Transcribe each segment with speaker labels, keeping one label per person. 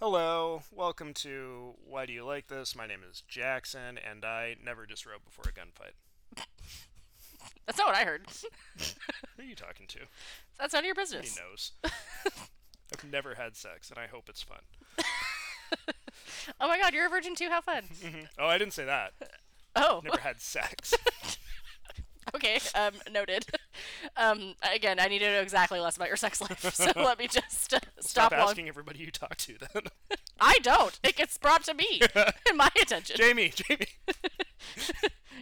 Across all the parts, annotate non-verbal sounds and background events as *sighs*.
Speaker 1: Hello, welcome to Why Do You Like This? My name is Jackson, and I never disrobe before a gunfight.
Speaker 2: That's not what I heard. *laughs*
Speaker 1: Who are you talking to?
Speaker 2: That's none of your
Speaker 1: He
Speaker 2: business.
Speaker 1: knows. I've never had sex, and I hope it's fun.
Speaker 2: Oh my god, you're a virgin too.
Speaker 1: *laughs*
Speaker 2: How fun.
Speaker 1: Oh, I didn't say that.
Speaker 2: Oh,
Speaker 1: Never had sex.
Speaker 2: *laughs* okay. Um, noted. *laughs* Um, again, I need to know exactly less about your sex life, *laughs* so let me just uh,
Speaker 1: Stop
Speaker 2: stop. long-
Speaker 1: asking everybody you talk to then. *laughs*
Speaker 2: I don't. It gets brought to me and my attention.
Speaker 1: Jamie, Jamie,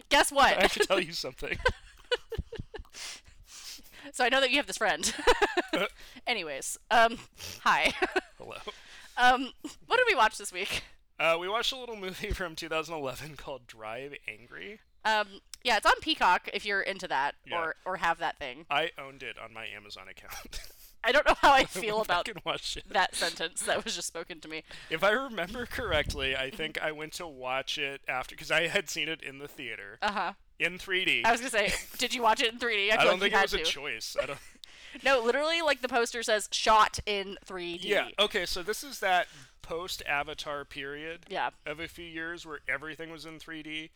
Speaker 2: Guess
Speaker 1: I have
Speaker 2: what?
Speaker 1: to tell you something.
Speaker 2: *laughs* so I know that you have
Speaker 1: *laughs*
Speaker 2: this friend.
Speaker 1: Uh.
Speaker 2: *laughs* Anyways, um, hi. *laughs*
Speaker 1: Hello.
Speaker 2: um, what did we watch this week?
Speaker 1: Uh, we watched a little movie from 2011 called Drive Angry.
Speaker 2: Um, yeah, it's on Peacock if you're into that
Speaker 1: Yeah.
Speaker 2: or or have that thing.
Speaker 1: I owned it on my Amazon account.
Speaker 2: I don't know
Speaker 1: *laughs*
Speaker 2: how I feel
Speaker 1: I
Speaker 2: about
Speaker 1: can watch it.
Speaker 2: that sentence that was just spoken to me.
Speaker 1: If I remember correctly, I think I went to watch it after because I had seen it in the theater
Speaker 2: Uh huh.
Speaker 1: in 3D.
Speaker 2: I was gonna say, did you watch it in 3D?
Speaker 1: I don't
Speaker 2: feel like "Oh,
Speaker 1: think
Speaker 2: you
Speaker 1: it
Speaker 2: had
Speaker 1: was a
Speaker 2: to.
Speaker 1: choice. I
Speaker 2: *laughs*
Speaker 1: don't.
Speaker 2: No, literally, like the poster says, shot in 3D.
Speaker 1: Yeah. Okay. So this is that post Avatar period
Speaker 2: Yeah. Mm-hmm.
Speaker 1: of a few years where everything was in 3D,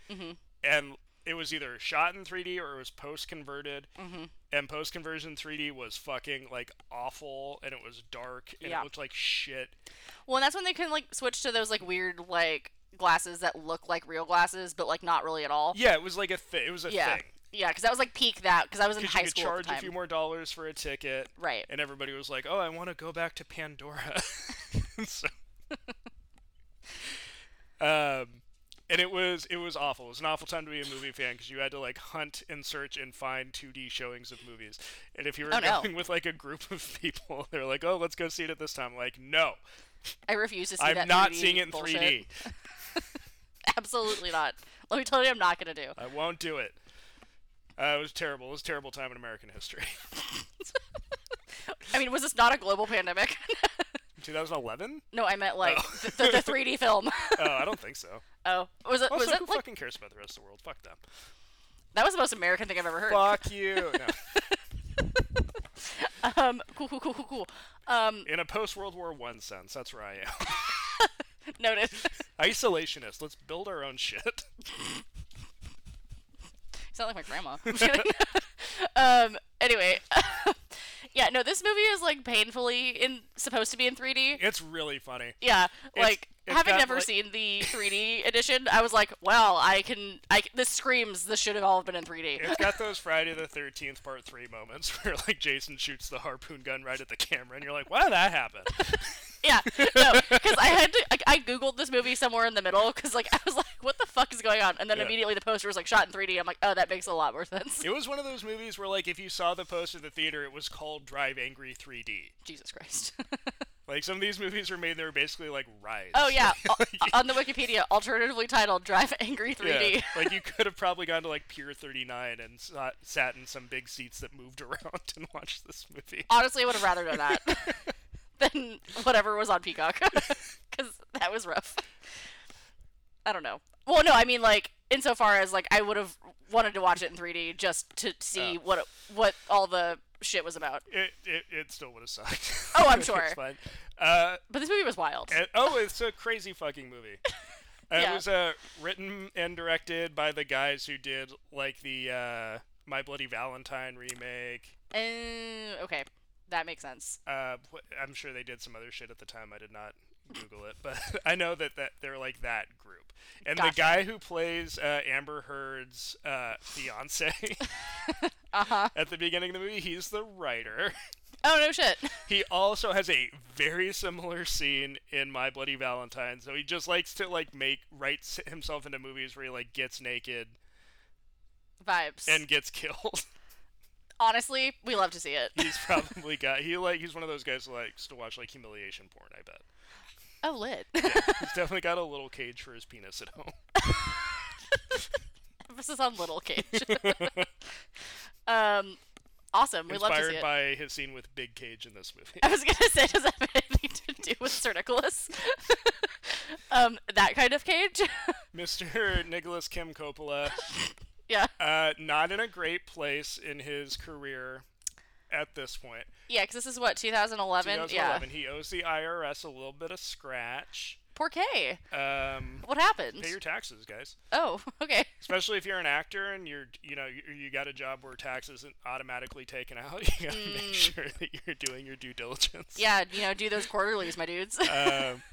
Speaker 1: and it was either shot in 3D or it was post converted.
Speaker 2: Mm-hmm.
Speaker 1: And post conversion 3D was fucking like awful, and it was dark, and
Speaker 2: Yeah.
Speaker 1: it looked like shit.
Speaker 2: Well, and that's when they can like switch to those like weird like glasses that look like real glasses, but like not really at all.
Speaker 1: Yeah, it was like a thi- it was a
Speaker 2: yeah,
Speaker 1: thing.
Speaker 2: yeah. Because that was like peak that because I was in
Speaker 1: Because
Speaker 2: high
Speaker 1: you could
Speaker 2: school
Speaker 1: charge
Speaker 2: at the
Speaker 1: a
Speaker 2: time.
Speaker 1: few more dollars for a ticket.
Speaker 2: Right.
Speaker 1: and everybody was like, "Oh, I want to go back to Pandora." *laughs* so, um, and it was it was awful. It was an awful time to be a movie fan because you had to like hunt and search and find 2D showings of movies. And if you were
Speaker 2: Oh, no.
Speaker 1: going with like a group of *laughs* people, they're like, "Oh, let's go see it at this time." Like, no,
Speaker 2: I refuse to see
Speaker 1: I'm
Speaker 2: that.
Speaker 1: not
Speaker 2: 3D
Speaker 1: seeing it in
Speaker 2: bullshit. *laughs*
Speaker 1: 3D.
Speaker 2: Absolutely not. Let me tell you, I'm not gonna do.
Speaker 1: I won't do it. Uh, it was terrible. It was a terrible time in American history. *laughs*
Speaker 2: I mean, was this not a global pandemic? *laughs*
Speaker 1: 2011?
Speaker 2: no, I meant like
Speaker 1: Oh.
Speaker 2: the, the, the 3D film. *laughs*
Speaker 1: Oh, I don't think so.
Speaker 2: oh, was it?
Speaker 1: Also,
Speaker 2: Was it
Speaker 1: who
Speaker 2: like
Speaker 1: fucking cares about the rest of the world? Fuck them.
Speaker 2: that was the most American thing I've ever heard.
Speaker 1: Fuck you. No.
Speaker 2: Um, cool, cool, cool, cool, cool. Um,
Speaker 1: In a post World War One sense, that's where I am. *laughs*
Speaker 2: noted. *laughs*
Speaker 1: Isolationist. Let's build our own shit. *laughs*
Speaker 2: sound like my grandma. I'm just kidding. *laughs* um, anyway, *laughs* yeah, no, this movie is like painfully in supposed to be in 3D.
Speaker 1: It's really funny.
Speaker 2: Yeah, like
Speaker 1: it's
Speaker 2: having
Speaker 1: got,
Speaker 2: never
Speaker 1: like-
Speaker 2: seen the 3D *laughs* edition, I was like, well, I can. I this screams this should have all been in 3D.
Speaker 1: It's got those Friday the Thirteenth Part Three moments *laughs* where like Jason shoots the harpoon gun right at the camera, and you're like, "Why did that happen?"
Speaker 2: *laughs* yeah, no, because I had to. Like, I googled this movie somewhere in the middle because like *laughs* I was like, what the fuck is going on? And then
Speaker 1: Yeah.
Speaker 2: immediately the poster was like shot in 3D. I'm like, oh, that makes a lot more sense.
Speaker 1: It was one of those movies where like if you saw the poster at the theater, it was called Drive Angry 3D.
Speaker 2: *laughs* Jesus Christ. *laughs*
Speaker 1: Like some of these movies were made, they were basically like Rise. *laughs*
Speaker 2: Oh yeah, o- on the Wikipedia, alternatively titled "Drive Angry 3D."
Speaker 1: Yeah, like you could have probably gone to like Pier 39 and sat, sat in some big seats that moved *laughs* around and watched this movie.
Speaker 2: Honestly, I would have rather done that
Speaker 1: *laughs*
Speaker 2: than whatever was on Peacock, *laughs* because that was rough. I don't know. Well, no, I mean like insofar as like I would have wanted to watch it in 3D just to see
Speaker 1: Oh.
Speaker 2: what it, what all the shit was about.
Speaker 1: It, it, it still would have sucked.
Speaker 2: *laughs* Oh,
Speaker 1: *laughs*
Speaker 2: I'm
Speaker 1: It's
Speaker 2: sure.
Speaker 1: fine. Uh,
Speaker 2: But this movie was wild.
Speaker 1: and- oh, it's a crazy fucking
Speaker 2: *laughs*
Speaker 1: movie. Uh, It
Speaker 2: Yeah.
Speaker 1: was uh, written and directed by the guys who did like the uh, My Bloody Valentine remake.
Speaker 2: Uh, okay, that makes sense.
Speaker 1: Uh, wh- I'm sure they did some other shit at the time. I did not Google it, but *laughs* I know that, that they're like that group. And
Speaker 2: Gotcha.
Speaker 1: the guy who plays uh, Amber Heard's uh,
Speaker 2: *laughs*
Speaker 1: fiance
Speaker 2: Uh huh.
Speaker 1: *laughs* at the beginning of the movie, he's the writer.
Speaker 2: Oh no shit. *laughs*
Speaker 1: He also has a very similar scene in My Bloody Valentine. So he just likes to like make writes himself into movies where he like gets naked
Speaker 2: Vibes.
Speaker 1: and gets *laughs* killed.
Speaker 2: honestly, we love to see it.
Speaker 1: he's probably got he like he's one of those guys who likes to watch like humiliation porn. I bet
Speaker 2: Oh lit.
Speaker 1: he's definitely got a little cage for his penis at home.
Speaker 2: emphasis on little cage. *laughs* um, awesome. We love to see
Speaker 1: Inspired
Speaker 2: it.
Speaker 1: by his scene with Big Cage in this movie. *laughs*
Speaker 2: I was gonna *laughs* say, does that have anything to do with Sir Nicholas? *laughs* um, that kind of cage. *laughs*
Speaker 1: Mr. Nicholas Kim Coppola,
Speaker 2: yeah.
Speaker 1: uh, not in a great place in his career. at this point.
Speaker 2: Yeah, because this is what 2011. Yeah,
Speaker 1: 2011. He owes the IRS a little bit of scratch.
Speaker 2: poor K.
Speaker 1: Um,
Speaker 2: What happened?
Speaker 1: pay your taxes, guys.
Speaker 2: Oh, *laughs* okay.
Speaker 1: Especially if you're an actor and you're, you know, you, you got a job where tax isn't automatically taken out. *laughs* You gotta make sure that you're doing your due diligence.
Speaker 2: Yeah, you know, do those quarterlies, my dudes.
Speaker 1: Um,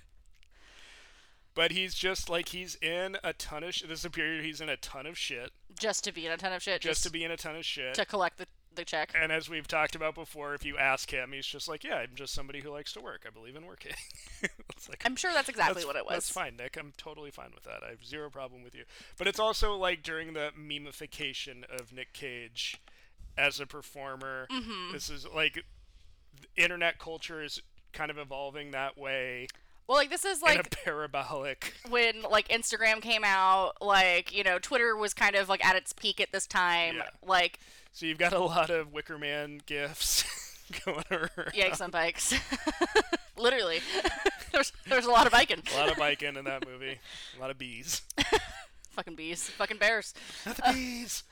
Speaker 1: but he's just like he's in a ton of. Sh- this is a period he's in a ton of shit.
Speaker 2: *laughs* just to be in a ton of shit.
Speaker 1: Just to be in a ton of shit.
Speaker 2: to collect the, the check.
Speaker 1: and as we've talked about before, if you ask him, he's just like, "Yeah, I'm just somebody who likes to work. I believe in working." *laughs* it's like
Speaker 2: I'm sure that's exactly
Speaker 1: that's,
Speaker 2: what it was.
Speaker 1: That's fine, Nick. I'm totally fine with that. I have zero problem with you. But it's also like during the memification of Nick Cage as a performer.
Speaker 2: Mm-hmm.
Speaker 1: This is like the internet culture is kind of evolving that way
Speaker 2: Well, like this is
Speaker 1: in a
Speaker 2: like
Speaker 1: *laughs* parabolic.
Speaker 2: when like Instagram came out, like you know, Twitter was kind of like at its peak at this time.
Speaker 1: Yeah.
Speaker 2: Like
Speaker 1: So you've got a lot of Wicker Man gifts *laughs* going around.
Speaker 2: yikes on bikes, *laughs* literally. there's there's a lot of biking.
Speaker 1: A lot of biking in that movie. A lot of
Speaker 2: *laughs*
Speaker 1: bees. *laughs*
Speaker 2: fucking bees, fucking bears.
Speaker 1: Not the bees.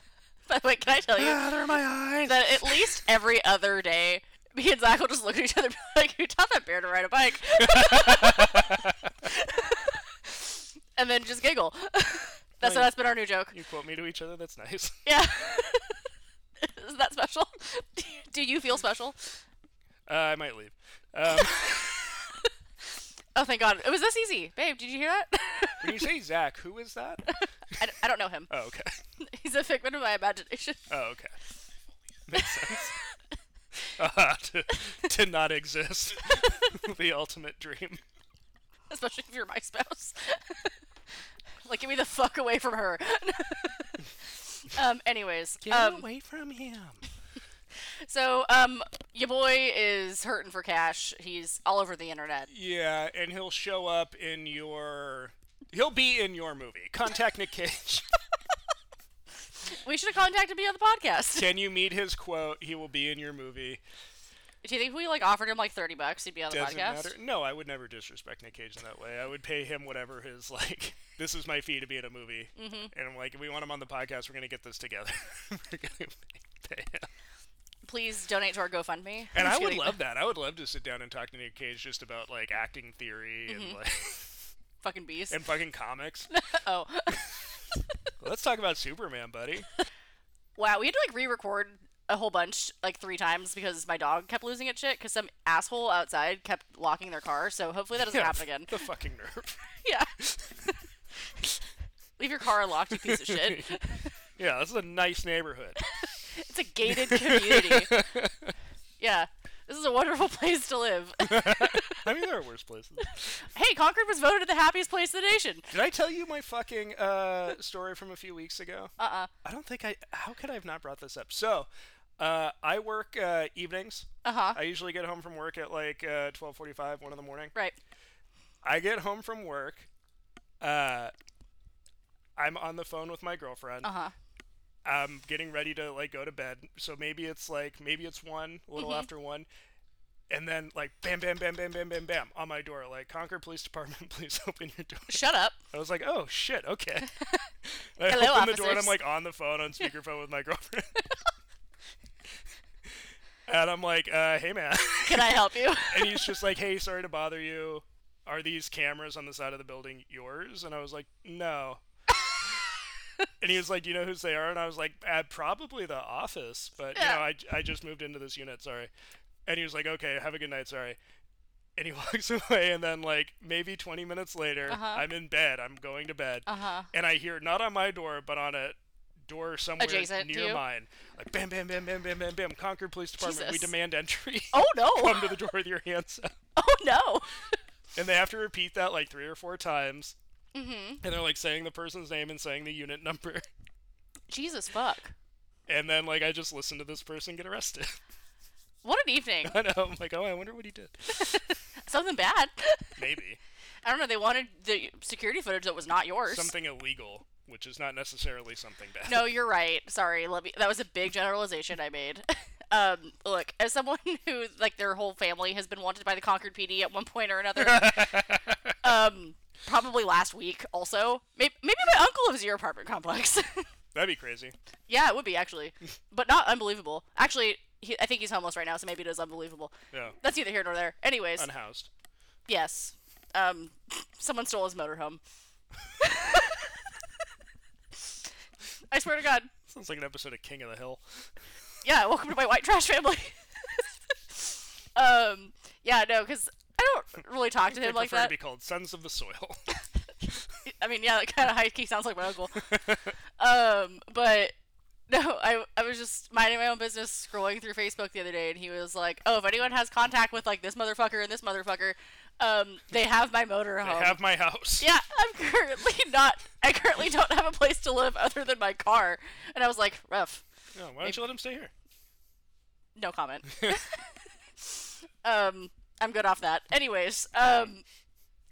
Speaker 2: By the way, can I
Speaker 1: *sighs*
Speaker 2: tell you
Speaker 1: Ah, they're in my eyes.
Speaker 2: that at least every other day, me and Zach will just look at each other and be like, "Who taught that bear to ride a bike?" and then just giggle. *laughs*
Speaker 1: Like-
Speaker 2: that's that's been our new joke.
Speaker 1: You quote me to each other. That's nice. *laughs*
Speaker 2: Yeah. *laughs* Is that special? *laughs* Do you feel special?
Speaker 1: Uh, I might leave. Um,
Speaker 2: Oh, thank God. It was this easy. Babe, did you hear that? *laughs*
Speaker 1: when you say Zach, who is that?
Speaker 2: I, d- I don't know him. *laughs*
Speaker 1: Oh, okay. *laughs*
Speaker 2: He's a figment of my imagination. *laughs*
Speaker 1: Oh, okay. Makes sense. *laughs* Uh, *laughs* to, to not exist. *laughs* the ultimate dream.
Speaker 2: Especially if you're my spouse. *laughs* like, get me the fuck away from her. *laughs* um, anyways. um,
Speaker 1: away from him.
Speaker 2: so, um, your boy is hurting for cash. He's all over the internet.
Speaker 1: Yeah, and he'll show up in your. He'll be in your movie. Contact Nick Cage.
Speaker 2: We should have contacted me on the
Speaker 1: *laughs*
Speaker 2: podcast.
Speaker 1: Can you meet his quote? He will be in your movie.
Speaker 2: Do you think if we, like, offered him, like, 30 bucks, he'd be on the
Speaker 1: Doesn't
Speaker 2: podcast?
Speaker 1: matter. No, I would never disrespect Nick Cage in that way. I would pay him whatever his like. *laughs* This is my fee to be in a movie, and I'm like, if we want him on the podcast, we're gonna get this together. *laughs* we're gonna pay him.
Speaker 2: Please donate to our GoFundMe.
Speaker 1: And
Speaker 2: I'm
Speaker 1: I
Speaker 2: just
Speaker 1: would
Speaker 2: kidding.
Speaker 1: love that. I would love to sit down and talk to Nick Cage just about like acting theory
Speaker 2: Mm-hmm.
Speaker 1: and like *laughs*
Speaker 2: Fucking beast.
Speaker 1: and fucking comics.
Speaker 2: *laughs* Oh.
Speaker 1: Let's talk about Superman, buddy.
Speaker 2: Wow, we had to like re-record a whole bunch like three times because my dog kept losing its shit because some asshole outside kept locking their car. So hopefully that doesn't happen again.
Speaker 1: *laughs*
Speaker 2: *laughs*
Speaker 1: The fucking nerve.
Speaker 2: yeah. *laughs* Leave your car unlocked, you piece of shit. *laughs*
Speaker 1: Yeah, this is a nice neighborhood.
Speaker 2: It's a gated community. yeah. This is a wonderful *laughs* place to live.
Speaker 1: I mean, there are worse places.
Speaker 2: hey, Concord was voted the happiest place in the nation.
Speaker 1: Did I tell you my fucking uh, story from a few weeks ago?
Speaker 2: Uh uh
Speaker 1: I don't think I. How could I have not brought this up? So, uh, I work uh, evenings.
Speaker 2: Uh huh.
Speaker 1: I usually get home from work at like uh, twelve forty-five, one in the morning.
Speaker 2: Right.
Speaker 1: I get home from work. Uh, I'm on the phone with my girlfriend.
Speaker 2: Uh huh.
Speaker 1: I'm um, getting ready to like go to bed. So maybe it's like maybe it's one, a
Speaker 2: Mm-hmm.
Speaker 1: little after one, and then like bam, bam, bam, bam, bam, bam, bam on my door. Like Concord Police Department, *laughs* please open your door.
Speaker 2: Shut up.
Speaker 1: I was like, oh shit, okay.
Speaker 2: *laughs*
Speaker 1: And I
Speaker 2: Hello,
Speaker 1: open the door and I'm
Speaker 2: officers.
Speaker 1: like on the phone
Speaker 2: *laughs*
Speaker 1: on speakerphone with my girlfriend. *laughs* and I'm like, uh, hey man. *laughs*
Speaker 2: Can I help *laughs* you?
Speaker 1: and he's just like, hey, sorry to bother you. Are these cameras on the side of the building yours? And I was like, no. and he was like, do you know whose they are? And I was like, uh, probably the office, but you know, I, I just moved into this unit, sorry. And he was like, okay, have a good night, sorry. And he *laughs* walks away, and then, like, maybe 20 minutes later,
Speaker 2: Uh-huh.
Speaker 1: I'm in bed, I'm going to bed,
Speaker 2: Uh huh.
Speaker 1: and I hear, not on my door, but on a door somewhere
Speaker 2: Adjacent to
Speaker 1: near
Speaker 2: you?
Speaker 1: mine, like, bam, bam, bam, bam, bam, bam, bam, Concord Police Department, we
Speaker 2: Jesus.
Speaker 1: demand entry. *laughs*
Speaker 2: Oh no.
Speaker 1: Come to the door with your hands up.
Speaker 2: *laughs* Oh no.
Speaker 1: And they have to repeat that like three or four times. Mm-hmm. And they're like saying the person's name and saying the unit number.
Speaker 2: Jesus fuck.
Speaker 1: And then like I just listen to this person get arrested. *laughs*
Speaker 2: What an evening.
Speaker 1: I know. I'm like, oh, I wonder what he did.
Speaker 2: Something bad. *laughs*
Speaker 1: Maybe
Speaker 2: I don't know. They wanted the security footage that was not yours.
Speaker 1: something illegal, which is not necessarily something bad.
Speaker 2: No, you're right. Sorry. Let me. That was a big generalization I made. *laughs* um, look, as someone *laughs* who like their whole family has been wanted by the Concord PD at one point or another. um, probably last week. Also, maybe, maybe my uncle lives in your apartment complex. *laughs*
Speaker 1: That'd be crazy.
Speaker 2: yeah, it would be actually, but not unbelievable. Actually, he, I think he's homeless right now, so maybe it is unbelievable.
Speaker 1: Yeah.
Speaker 2: That's either here nor there. Anyways,
Speaker 1: Unhoused.
Speaker 2: yes, um, someone stole his motorhome. *laughs* I swear to God.
Speaker 1: Sounds like an episode of King of the Hill.
Speaker 2: Yeah, welcome to my white trash family. *laughs* um, yeah, no, because I don't really talk to
Speaker 1: They
Speaker 2: him like
Speaker 1: prefer
Speaker 2: that.
Speaker 1: to be called Sons of the Soil. *laughs*
Speaker 2: I mean, yeah, that kind of high key sounds like my uncle. um, but *laughs* no, I, I was just minding my own business scrolling through Facebook the other day, and he was like, "Oh, if anyone has contact with like this motherfucker and this motherfucker, um, they have my motorhome."
Speaker 1: I have my house.
Speaker 2: Um, yeah, I'm currently not. I currently don't have a place to live other than my car, and I was like, "Rough."
Speaker 1: Yeah, why don't you let him stay here? *laughs*
Speaker 2: No comment. um, I'm good off that. Anyways, um,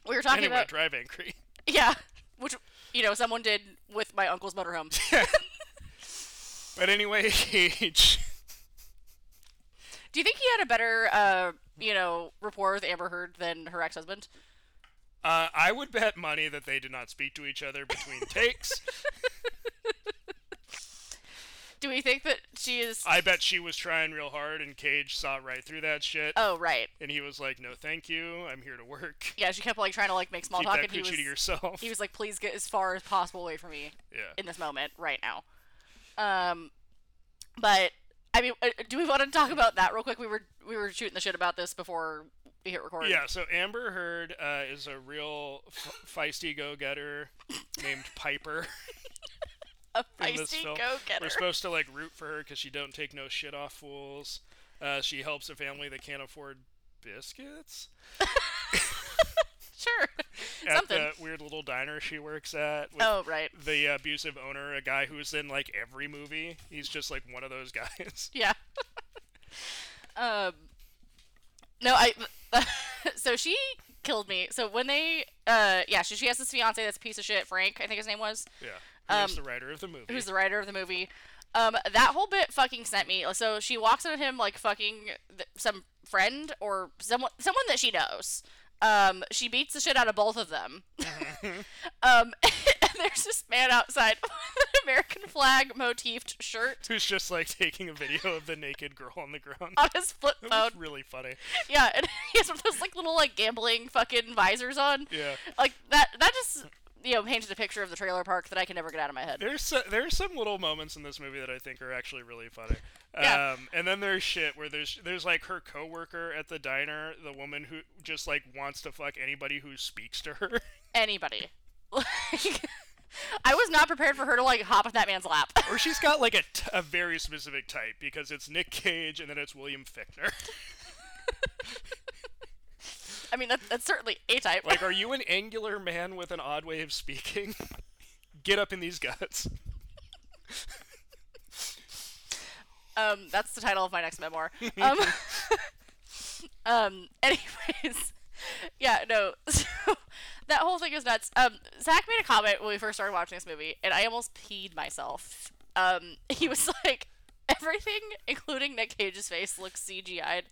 Speaker 2: we were talking
Speaker 1: Anyway,
Speaker 2: about
Speaker 1: drive angry.
Speaker 2: yeah, which you know someone did with my uncle's
Speaker 1: *laughs*
Speaker 2: motorhome.
Speaker 1: But anyway, *laughs* Gage.
Speaker 2: Do you think he had a better, uh, you know, rapport with Amber Heard than her ex-husband?
Speaker 1: Uh, I would bet money that they did not speak to each other
Speaker 2: *laughs*
Speaker 1: between takes.
Speaker 2: Do we think that she is?
Speaker 1: I bet she was trying real hard, and Cage saw right through that shit.
Speaker 2: oh, right.
Speaker 1: and he was like, "No, thank you. I'm here to work.
Speaker 2: Yeah, she kept like trying to like make
Speaker 1: *laughs*
Speaker 2: small
Speaker 1: Keep
Speaker 2: talk,
Speaker 1: that
Speaker 2: and he
Speaker 1: coochie
Speaker 2: was
Speaker 1: to yourself."
Speaker 2: he was like, "Please get as far as possible away from me
Speaker 1: yeah.
Speaker 2: in this moment, right now." Um, but I mean, uh, do we want to talk about that real quick? We were we were shooting the shit about this before we hit record.
Speaker 1: Yeah. So Amber Heard uh, is a real f- feisty go-getter named
Speaker 2: *laughs*
Speaker 1: Piper.
Speaker 2: a
Speaker 1: in this
Speaker 2: feisty
Speaker 1: film.
Speaker 2: go-getter.
Speaker 1: We're supposed to like root for her because she don't take no shit off fools. Uh, she helps a family that can't afford biscuits
Speaker 2: *laughs* sure.
Speaker 1: at
Speaker 2: Something.
Speaker 1: the weird little diner she works at. With
Speaker 2: Oh, right.
Speaker 1: The abusive owner, a guy who's in like every movie. He's just like one of those *laughs* guys.
Speaker 2: Yeah. *laughs* um, no, I. *laughs* so she killed me. So when they, uh, yeah, so she has this fiance that's a piece of shit, Frank, I think his name was,
Speaker 1: Yeah. Who's
Speaker 2: Um,
Speaker 1: the writer of the movie?
Speaker 2: who's the writer of the movie. Um, that whole bit fucking sent me. So she walks into him like fucking th- some friend or someone, someone that she knows. Um, she beats the shit out of both
Speaker 1: *laughs*
Speaker 2: of them. um, *laughs* and there's this man outside *laughs* with an American flag motifed shirt
Speaker 1: *laughs* who's just like taking a video of the naked girl on the
Speaker 2: *laughs*
Speaker 1: ground.
Speaker 2: on his flip
Speaker 1: That
Speaker 2: phone.
Speaker 1: was really funny.
Speaker 2: *laughs* Yeah, and he has one of those like little like gambling fucking visors on.
Speaker 1: Yeah.
Speaker 2: Like that that just you know painted a picture of the trailer park that I can never get out of my head.
Speaker 1: There's so, there's some little moments in this movie that I think are actually really funny.
Speaker 2: Yeah.
Speaker 1: Um, and then there's shit where there's there's like her coworker at the diner, the woman who just like wants to fuck anybody who speaks to her. *laughs*
Speaker 2: Anybody. *laughs* Like I was not prepared for her to like hop on that man's lap. *laughs*
Speaker 1: or she's got like a, t- a very specific type because it's Nick Cage and then it's William Fickner.
Speaker 2: I mean that, that's certainly a type.
Speaker 1: like, are you an angular man with an odd way of speaking? *laughs* Get up in these guts.
Speaker 2: *laughs* Um, that's the title of my next memoir. Um, *laughs* um anyways, *laughs* yeah, no. *laughs* So that whole thing is nuts. Um, Zach made a comment when we first started watching this movie, and I almost peed myself. Um, *laughs* he was like, everything, including Nick Cage's face, looks CGI'd.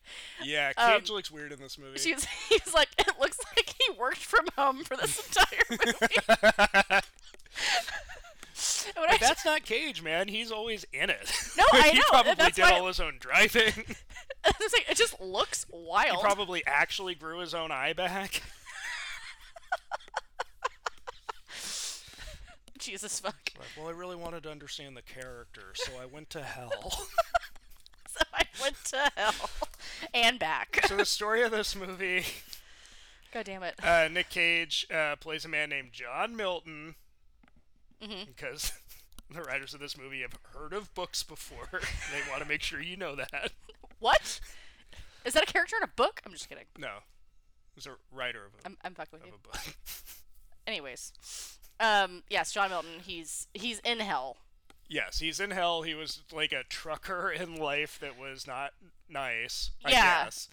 Speaker 1: Yeah,
Speaker 2: Um,
Speaker 1: Cage looks weird in this movie.
Speaker 2: She's, *laughs* he's like, it looks like he worked from home for this entire movie. *laughs* And when I
Speaker 1: *laughs*
Speaker 2: *laughs*
Speaker 1: That's not Cage, man. He's always in it. *laughs*
Speaker 2: No, I
Speaker 1: he
Speaker 2: know,
Speaker 1: probably
Speaker 2: that's
Speaker 1: did
Speaker 2: why-
Speaker 1: all his own driving. *laughs*
Speaker 2: it's like, it just looks wild.
Speaker 1: He probably actually grew his own eye back.
Speaker 2: *laughs*
Speaker 1: *laughs*
Speaker 2: Jesus fuck.
Speaker 1: Like, well, I really wanted to understand the character, so I went to hell.
Speaker 2: So I went to hell *laughs* and
Speaker 1: *laughs*
Speaker 2: back.
Speaker 1: so the story of this movie:
Speaker 2: *laughs* God damn it.
Speaker 1: uh, Nick Cage uh, plays a man named John Milton,
Speaker 2: Mm-hmm.
Speaker 1: because *laughs* the writers of this movie have heard of books before. *laughs* they want to make sure you know that.
Speaker 2: What? Is that a character in a book? I'm just kidding.
Speaker 1: No, he's a writer of a,
Speaker 2: I'm, I'm fucking with you.
Speaker 1: of a book. *laughs*
Speaker 2: Anyways, um, yes, John Milton. He's he's in hell.
Speaker 1: Yes, he's in hell. He was like a trucker *laughs* in life that was not nice. I
Speaker 2: Yeah.
Speaker 1: guess.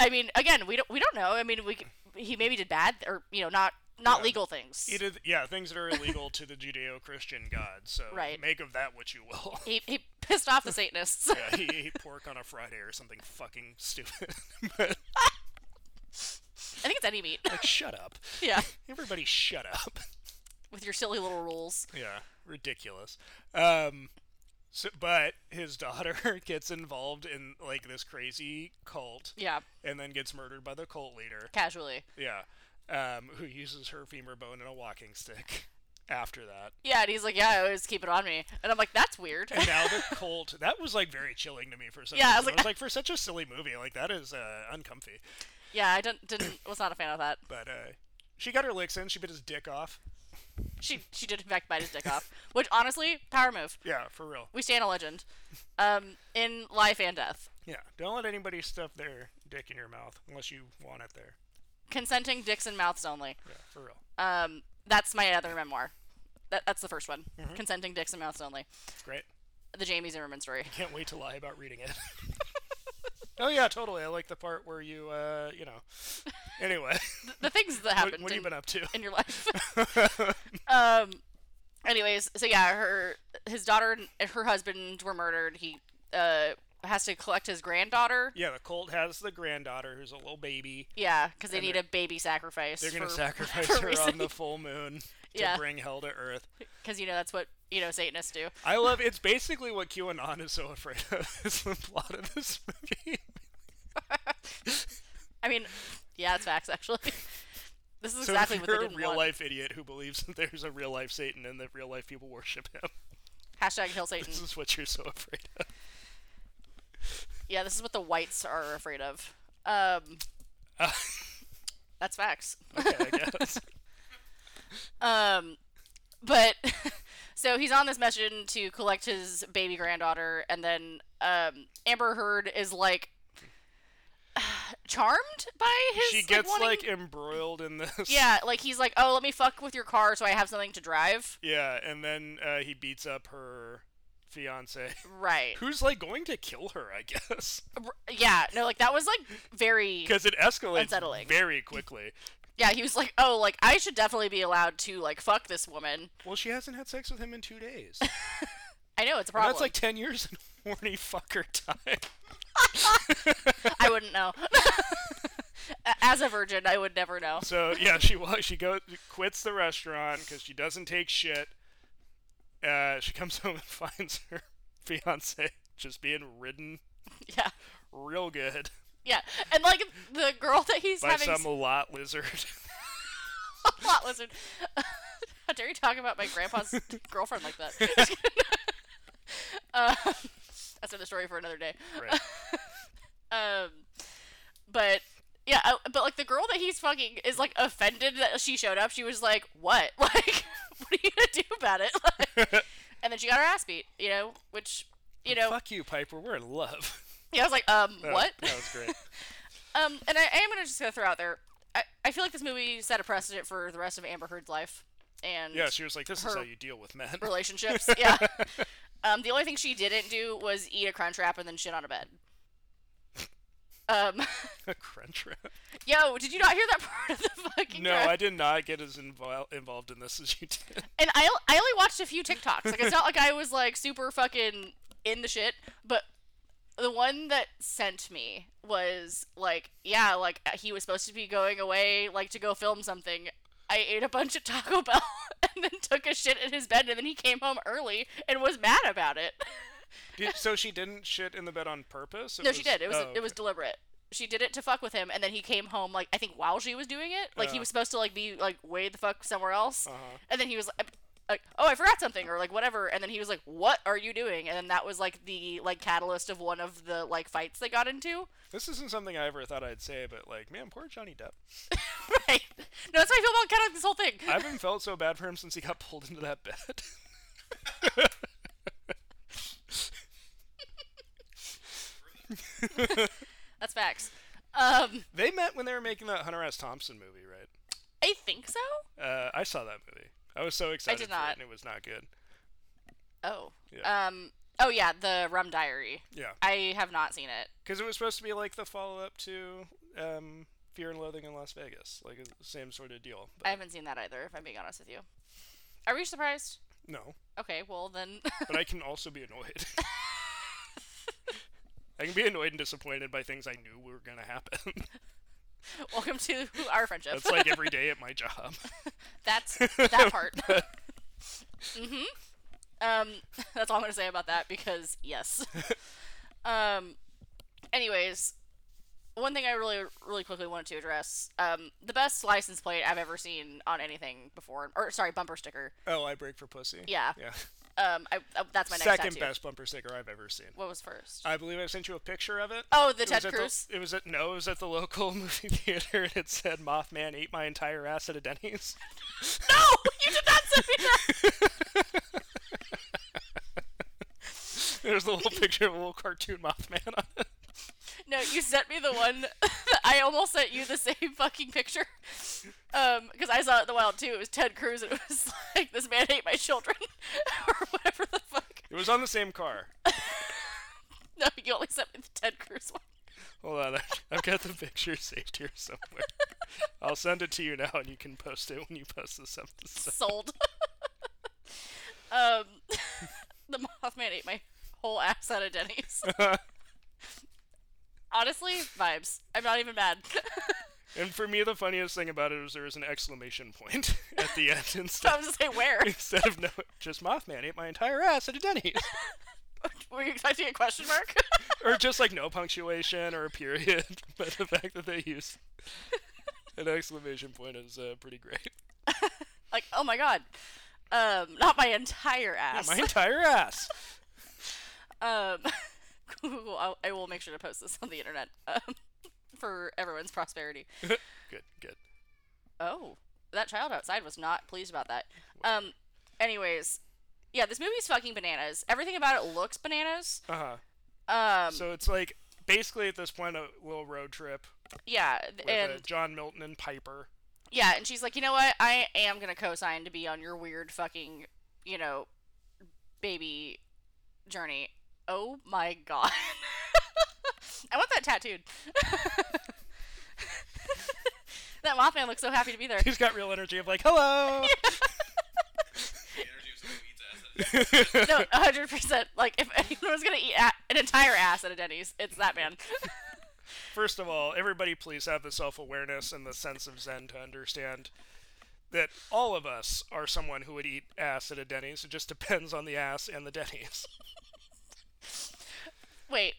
Speaker 2: I mean, again, we don't we don't know. I mean, we c- he maybe did bad or you know not not
Speaker 1: Yeah.
Speaker 2: legal things.
Speaker 1: It is, yeah, things that are illegal to the Judeo-Christian God. So
Speaker 2: Right.
Speaker 1: make of that what you will.
Speaker 2: He he pissed off the *laughs* Satanists.
Speaker 1: *laughs* yeah, he ate pork on a Friday or something fucking stupid. *laughs* but
Speaker 2: I think it's any meat.
Speaker 1: like, shut up,
Speaker 2: yeah,
Speaker 1: everybody, shut up. *laughs*
Speaker 2: with your silly little rules.
Speaker 1: Yeah, ridiculous. Um, So, but his daughter *laughs* gets involved in like this crazy cult,
Speaker 2: Yeah,
Speaker 1: and then gets murdered by the cult leader.
Speaker 2: casually.
Speaker 1: Yeah, um, who uses her femur bone and a walking stick. After that,
Speaker 2: Yeah, and he's like, yeah, I always keep it on me, and I'm like, that's weird.
Speaker 1: and now the cult. That was like very chilling to me for some.
Speaker 2: Yeah, I was
Speaker 1: reason.
Speaker 2: like-
Speaker 1: I was
Speaker 2: *laughs*
Speaker 1: like for such a silly movie, like that is uh, uncomfy.
Speaker 2: *laughs* yeah, I didn't, *coughs* didn't was not a fan of that.
Speaker 1: But uh, she got her licks in. She bit his dick off.
Speaker 2: She she did in fact bite his dick *laughs* off, which honestly, power move.
Speaker 1: Yeah, for real.
Speaker 2: We stand a legend, um, in life and death.
Speaker 1: Yeah, don't let anybody stuff their dick in your mouth unless you want it there.
Speaker 2: Consenting dicks and mouths only.
Speaker 1: Yeah, for real.
Speaker 2: Um, that's my other memoir. That, that's the first one. Consenting dicks and mouths only.
Speaker 1: Great.
Speaker 2: The Jamie Zimmerman story. *laughs*
Speaker 1: Can't wait to lie about reading it. *laughs* oh yeah, totally. I like the part where you, uh, you
Speaker 2: *laughs*
Speaker 1: know. Anyway, *laughs*
Speaker 2: The things that
Speaker 1: what,
Speaker 2: happened
Speaker 1: what have you
Speaker 2: in,
Speaker 1: been up to?
Speaker 2: in your life. *laughs* um, anyways, so yeah, her his daughter and her husband were murdered. He uh has to collect his granddaughter.
Speaker 1: yeah, the cult has the granddaughter who's a little baby.
Speaker 2: Yeah, because they
Speaker 1: And
Speaker 2: need a baby sacrifice.
Speaker 1: They're gonna
Speaker 2: for-
Speaker 1: sacrifice
Speaker 2: *laughs* for
Speaker 1: her
Speaker 2: reason-
Speaker 1: on the full
Speaker 2: *laughs*
Speaker 1: moon to
Speaker 2: Yeah.
Speaker 1: bring hell to earth.
Speaker 2: because you know that's what you know Satanists do.
Speaker 1: I love it's basically what QAnon is so afraid of. *laughs* It's the plot of this movie. *laughs*
Speaker 2: I mean, yeah, it's facts actually. *laughs* this is
Speaker 1: So
Speaker 2: exactly
Speaker 1: if
Speaker 2: what they
Speaker 1: you're
Speaker 2: didn't
Speaker 1: a real
Speaker 2: want.
Speaker 1: life idiot who believes that there's a real life Satan and that real life people worship him, *laughs*
Speaker 2: Hashtag kill Satan.
Speaker 1: this is what you're so afraid
Speaker 2: *laughs*
Speaker 1: of.
Speaker 2: Yeah, this is what the whites are afraid of.
Speaker 1: *laughs*
Speaker 2: Um,
Speaker 1: Uh,
Speaker 2: that's facts.
Speaker 1: okay, I
Speaker 2: *laughs*
Speaker 1: guess.
Speaker 2: Um, but *laughs* so he's on this mission to collect his baby granddaughter, and then um, Amber Heard is like *sighs* charmed by his.
Speaker 1: she gets
Speaker 2: like, wanting-
Speaker 1: like embroiled in this.
Speaker 2: yeah, like he's like, oh, let me fuck with your car so I have something to drive.
Speaker 1: Yeah, and then uh, he beats up her fiance,
Speaker 2: *laughs* Right.
Speaker 1: who's like going to kill her, I guess,
Speaker 2: R- Yeah. No, like that was like very.
Speaker 1: because it escalates
Speaker 2: Unsettling.
Speaker 1: very quickly.
Speaker 2: Yeah, he was like, oh, like I should definitely be allowed to like fuck this woman.
Speaker 1: Well, she hasn't had sex with him in two
Speaker 2: *laughs*
Speaker 1: days.
Speaker 2: I know it's
Speaker 1: And
Speaker 2: a problem.
Speaker 1: that's like ten years in horny fucker time.
Speaker 2: *laughs* I wouldn't know. A- As a virgin, I would never know. *laughs*
Speaker 1: So yeah, she wa- she goes quits the restaurant because she doesn't take shit. Uh, she comes *laughs* home and finds her fiance just being ridden
Speaker 2: Yeah.
Speaker 1: real good
Speaker 2: Yeah. And like the girl that he's
Speaker 1: by
Speaker 2: having
Speaker 1: some
Speaker 2: s-
Speaker 1: lot lizard. *laughs*
Speaker 2: plot lizard. *laughs* How dare you talk about my
Speaker 1: *laughs*
Speaker 2: grandpa's girlfriend like that? um, that's another story for another day.
Speaker 1: Right.
Speaker 2: Um, but yeah, I, but like the girl that he's fucking is like offended that she showed up. She was like, "What? *laughs* Like, what are you gonna do about it?" *laughs* Like, and then she got her ass beat. You know, which *laughs* you know,
Speaker 1: Fuck Oh, you, Piper. We're in love. *laughs*
Speaker 2: yeah, I was like, "Um,
Speaker 1: That-
Speaker 2: what?"
Speaker 1: That was great.
Speaker 2: Um, and I, I am gonna just gonna throw out there. I, I feel like this movie set a precedent for the rest of Amber Heard's life
Speaker 1: *laughs*
Speaker 2: and
Speaker 1: Yeah, she was like, "This is
Speaker 2: Her-
Speaker 1: how you deal with men." *laughs*
Speaker 2: relationships. yeah. Um, the only thing she didn't do was eat a crunch wrap and then shit on a bed. Um, *laughs*
Speaker 1: Crunch wrap.
Speaker 2: yo, did you not hear that part of the fucking?
Speaker 1: No,
Speaker 2: crunch?
Speaker 1: I did not get as invol- involved in this as you
Speaker 2: *laughs*
Speaker 1: did.
Speaker 2: and I, I only watched a few TikToks. Like it's not like I was like super fucking in the shit, but the one that sent me was like, yeah, like he was supposed to be going away, like to go film something. I ate a bunch of Taco *laughs* Bell and then took a shit in his bed, and then he came home early and was mad about it.
Speaker 1: did. So she didn't shit in the bed on purpose. It
Speaker 2: no, she did. It was
Speaker 1: oh,
Speaker 2: it was deliberate. She did it to fuck with him, and then he came home like I think while she was doing it, like he
Speaker 1: Oh.
Speaker 2: was supposed to like be like way the fuck somewhere else,
Speaker 1: Uh-huh.
Speaker 2: and then he was like, like, oh I forgot something or like whatever, and then he was like, what are you doing? And then that was like the like catalyst of one of the like fights they got
Speaker 1: *laughs*
Speaker 2: into.
Speaker 1: This isn't something I ever thought I'd say, but like, man, poor Johnny Depp.
Speaker 2: right? *laughs* No, that's how I feel about kind of this whole thing.
Speaker 1: I haven't
Speaker 2: *laughs*
Speaker 1: felt so bad for him since he got pulled into that bed. *laughs*
Speaker 2: That's facts. Um,
Speaker 1: they met when they were making that Hunter S. Thompson movie, right?
Speaker 2: I think so.
Speaker 1: Uh, I saw that movie. I was so excited
Speaker 2: did
Speaker 1: for
Speaker 2: not.
Speaker 1: it, and it was not good.
Speaker 2: Oh.
Speaker 1: Yeah.
Speaker 2: Um. Oh yeah, the Rum Diary.
Speaker 1: Yeah,
Speaker 2: I have not seen it.
Speaker 1: because it was supposed to be like the follow-up to um, Fear and Loathing in Las Vegas, like it's the same sort of deal. But
Speaker 2: I haven't seen that either. If I'm being honest with you, are we surprised?
Speaker 1: no,
Speaker 2: Okay, well then. *laughs*
Speaker 1: but I can also be annoyed. *laughs* I can be annoyed and disappointed by things I knew were gonna happen. *laughs*
Speaker 2: Welcome to our friendship.
Speaker 1: That's like
Speaker 2: *laughs*
Speaker 1: *laughs* every day at my job.
Speaker 2: That's that part. mm-hmm. Um, that's all I'm gonna say about that because
Speaker 1: *laughs*
Speaker 2: yes. um, anyways, one thing I really, really quickly wanted to address: um, the best license plate I've ever seen on anything before, or sorry, bumper sticker.
Speaker 1: Oh, I break for pussy.
Speaker 2: Yeah.
Speaker 1: Yeah.
Speaker 2: Um, I, uh, that's my next
Speaker 1: Second
Speaker 2: tattoo.
Speaker 1: best bumper sticker I've ever seen.
Speaker 2: What was first?
Speaker 1: I believe I sent you a picture of it.
Speaker 2: Oh, the
Speaker 1: It was
Speaker 2: Ted
Speaker 1: at
Speaker 2: Cruz.
Speaker 1: it was at no, it was at the local *laughs* movie theater, and it said "Mothman ate my entire ass at a Denny's." *laughs*
Speaker 2: *laughs* No, you did not send me that.
Speaker 1: There's the little picture of a little cartoon Mothman on it.
Speaker 2: No, you sent me the one. *laughs* I almost sent you the same fucking picture. Um, because I saw it in the wild too. It was Ted Cruz, and it was *laughs* like this man ate my children, *laughs* or whatever the fuck.
Speaker 1: It was on the same car.
Speaker 2: No, you only sent me the Ted Cruz one.
Speaker 1: Hold on, I've, I've got the picture saved here somewhere. I'll send it to you now, and you can post it when you post this episode.
Speaker 2: Sold. *laughs* um, *laughs* the Mothman ate my whole ass out of Denny's. Honestly, vibes. I'm not even mad. *laughs*
Speaker 1: And for me, the funniest thing about it was there was an exclamation point *laughs* at the end
Speaker 2: I *laughs*
Speaker 1: instead,
Speaker 2: was just saying, where
Speaker 1: instead of no, just Mothman ate my entire ass at a Denny's,
Speaker 2: were you expecting a question mark? *laughs*
Speaker 1: or just like no punctuation or a period. *laughs* But the fact that they used an exclamation point is uh, pretty
Speaker 2: *laughs*
Speaker 1: great.
Speaker 2: like, oh my god. Um, not my entire ass.
Speaker 1: Oh, My entire
Speaker 2: *laughs*
Speaker 1: ass.
Speaker 2: Um, *laughs* cool. I'll, I will make sure to post this on the internet um, *laughs* for everyone's prosperity.
Speaker 1: Good, good.
Speaker 2: Oh, that child outside was not pleased about that. Um, anyways, yeah, this movie's fucking bananas. Everything about it looks bananas.
Speaker 1: Uh huh.
Speaker 2: Um,
Speaker 1: So it's like basically at this point a little road trip
Speaker 2: yeah, th-
Speaker 1: with
Speaker 2: and
Speaker 1: uh, John Milton and Piper. *laughs*
Speaker 2: yeah, and she's like, you know what? I am gonna co-sign to be on your weird fucking, you know, baby journey. Oh my god, *laughs* I want that tattooed. *laughs* that Mothman looks so happy to be there.
Speaker 1: He's got real energy of like,
Speaker 2: *laughs*
Speaker 1: hello.
Speaker 3: The energy of someone who eats ass.
Speaker 2: No, hundred percent. Like if anyone was gonna eat a- an entire ass at a Denny's, it's that man. *laughs*
Speaker 1: First of all, everybody please have the self awareness and the sense of Zen to understand that all of us are someone who would eat ass at a Denny's. It just depends on the ass and the Denny's.
Speaker 2: Wait,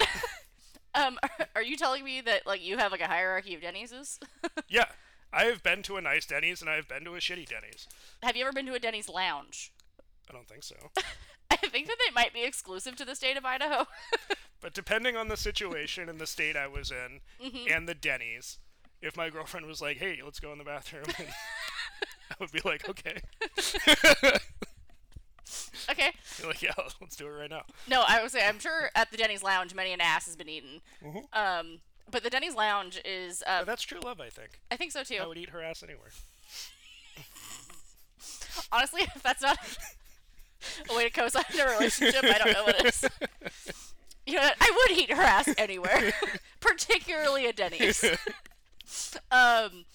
Speaker 2: *laughs* um, are, are you telling me that like you have like a hierarchy of Denny's?
Speaker 1: yeah. I have been to a nice Denny's and I have been to a shitty Denny's.
Speaker 2: *laughs* have you ever been to a Denny's lounge? *laughs*
Speaker 1: I don't think so.
Speaker 2: I think that they might be exclusive to the state of Idaho. *laughs*
Speaker 1: But depending on the situation and the state I was in
Speaker 2: Mm-hmm.
Speaker 1: and the Denny's, if my girlfriend was like, hey, let's go in the bathroom, *laughs* and I would be like, okay.
Speaker 2: okay.
Speaker 1: Be like, yeah, *laughs* let's do it right now.
Speaker 2: No, I would say I'm sure at the Denny's lounge, many an ass has been eaten.
Speaker 1: Mm-hmm.
Speaker 2: Um, but the Denny's lounge is, uh,
Speaker 1: But that's true love, I think.
Speaker 2: I think so too.
Speaker 1: I would eat her ass anywhere.
Speaker 2: Honestly, *laughs* if that's not a way to co-sign a relationship, I don't know
Speaker 1: *laughs*
Speaker 2: what is. You know, I would eat her ass anywhere, *laughs* particularly
Speaker 1: *laughs*
Speaker 2: at Denny's. um,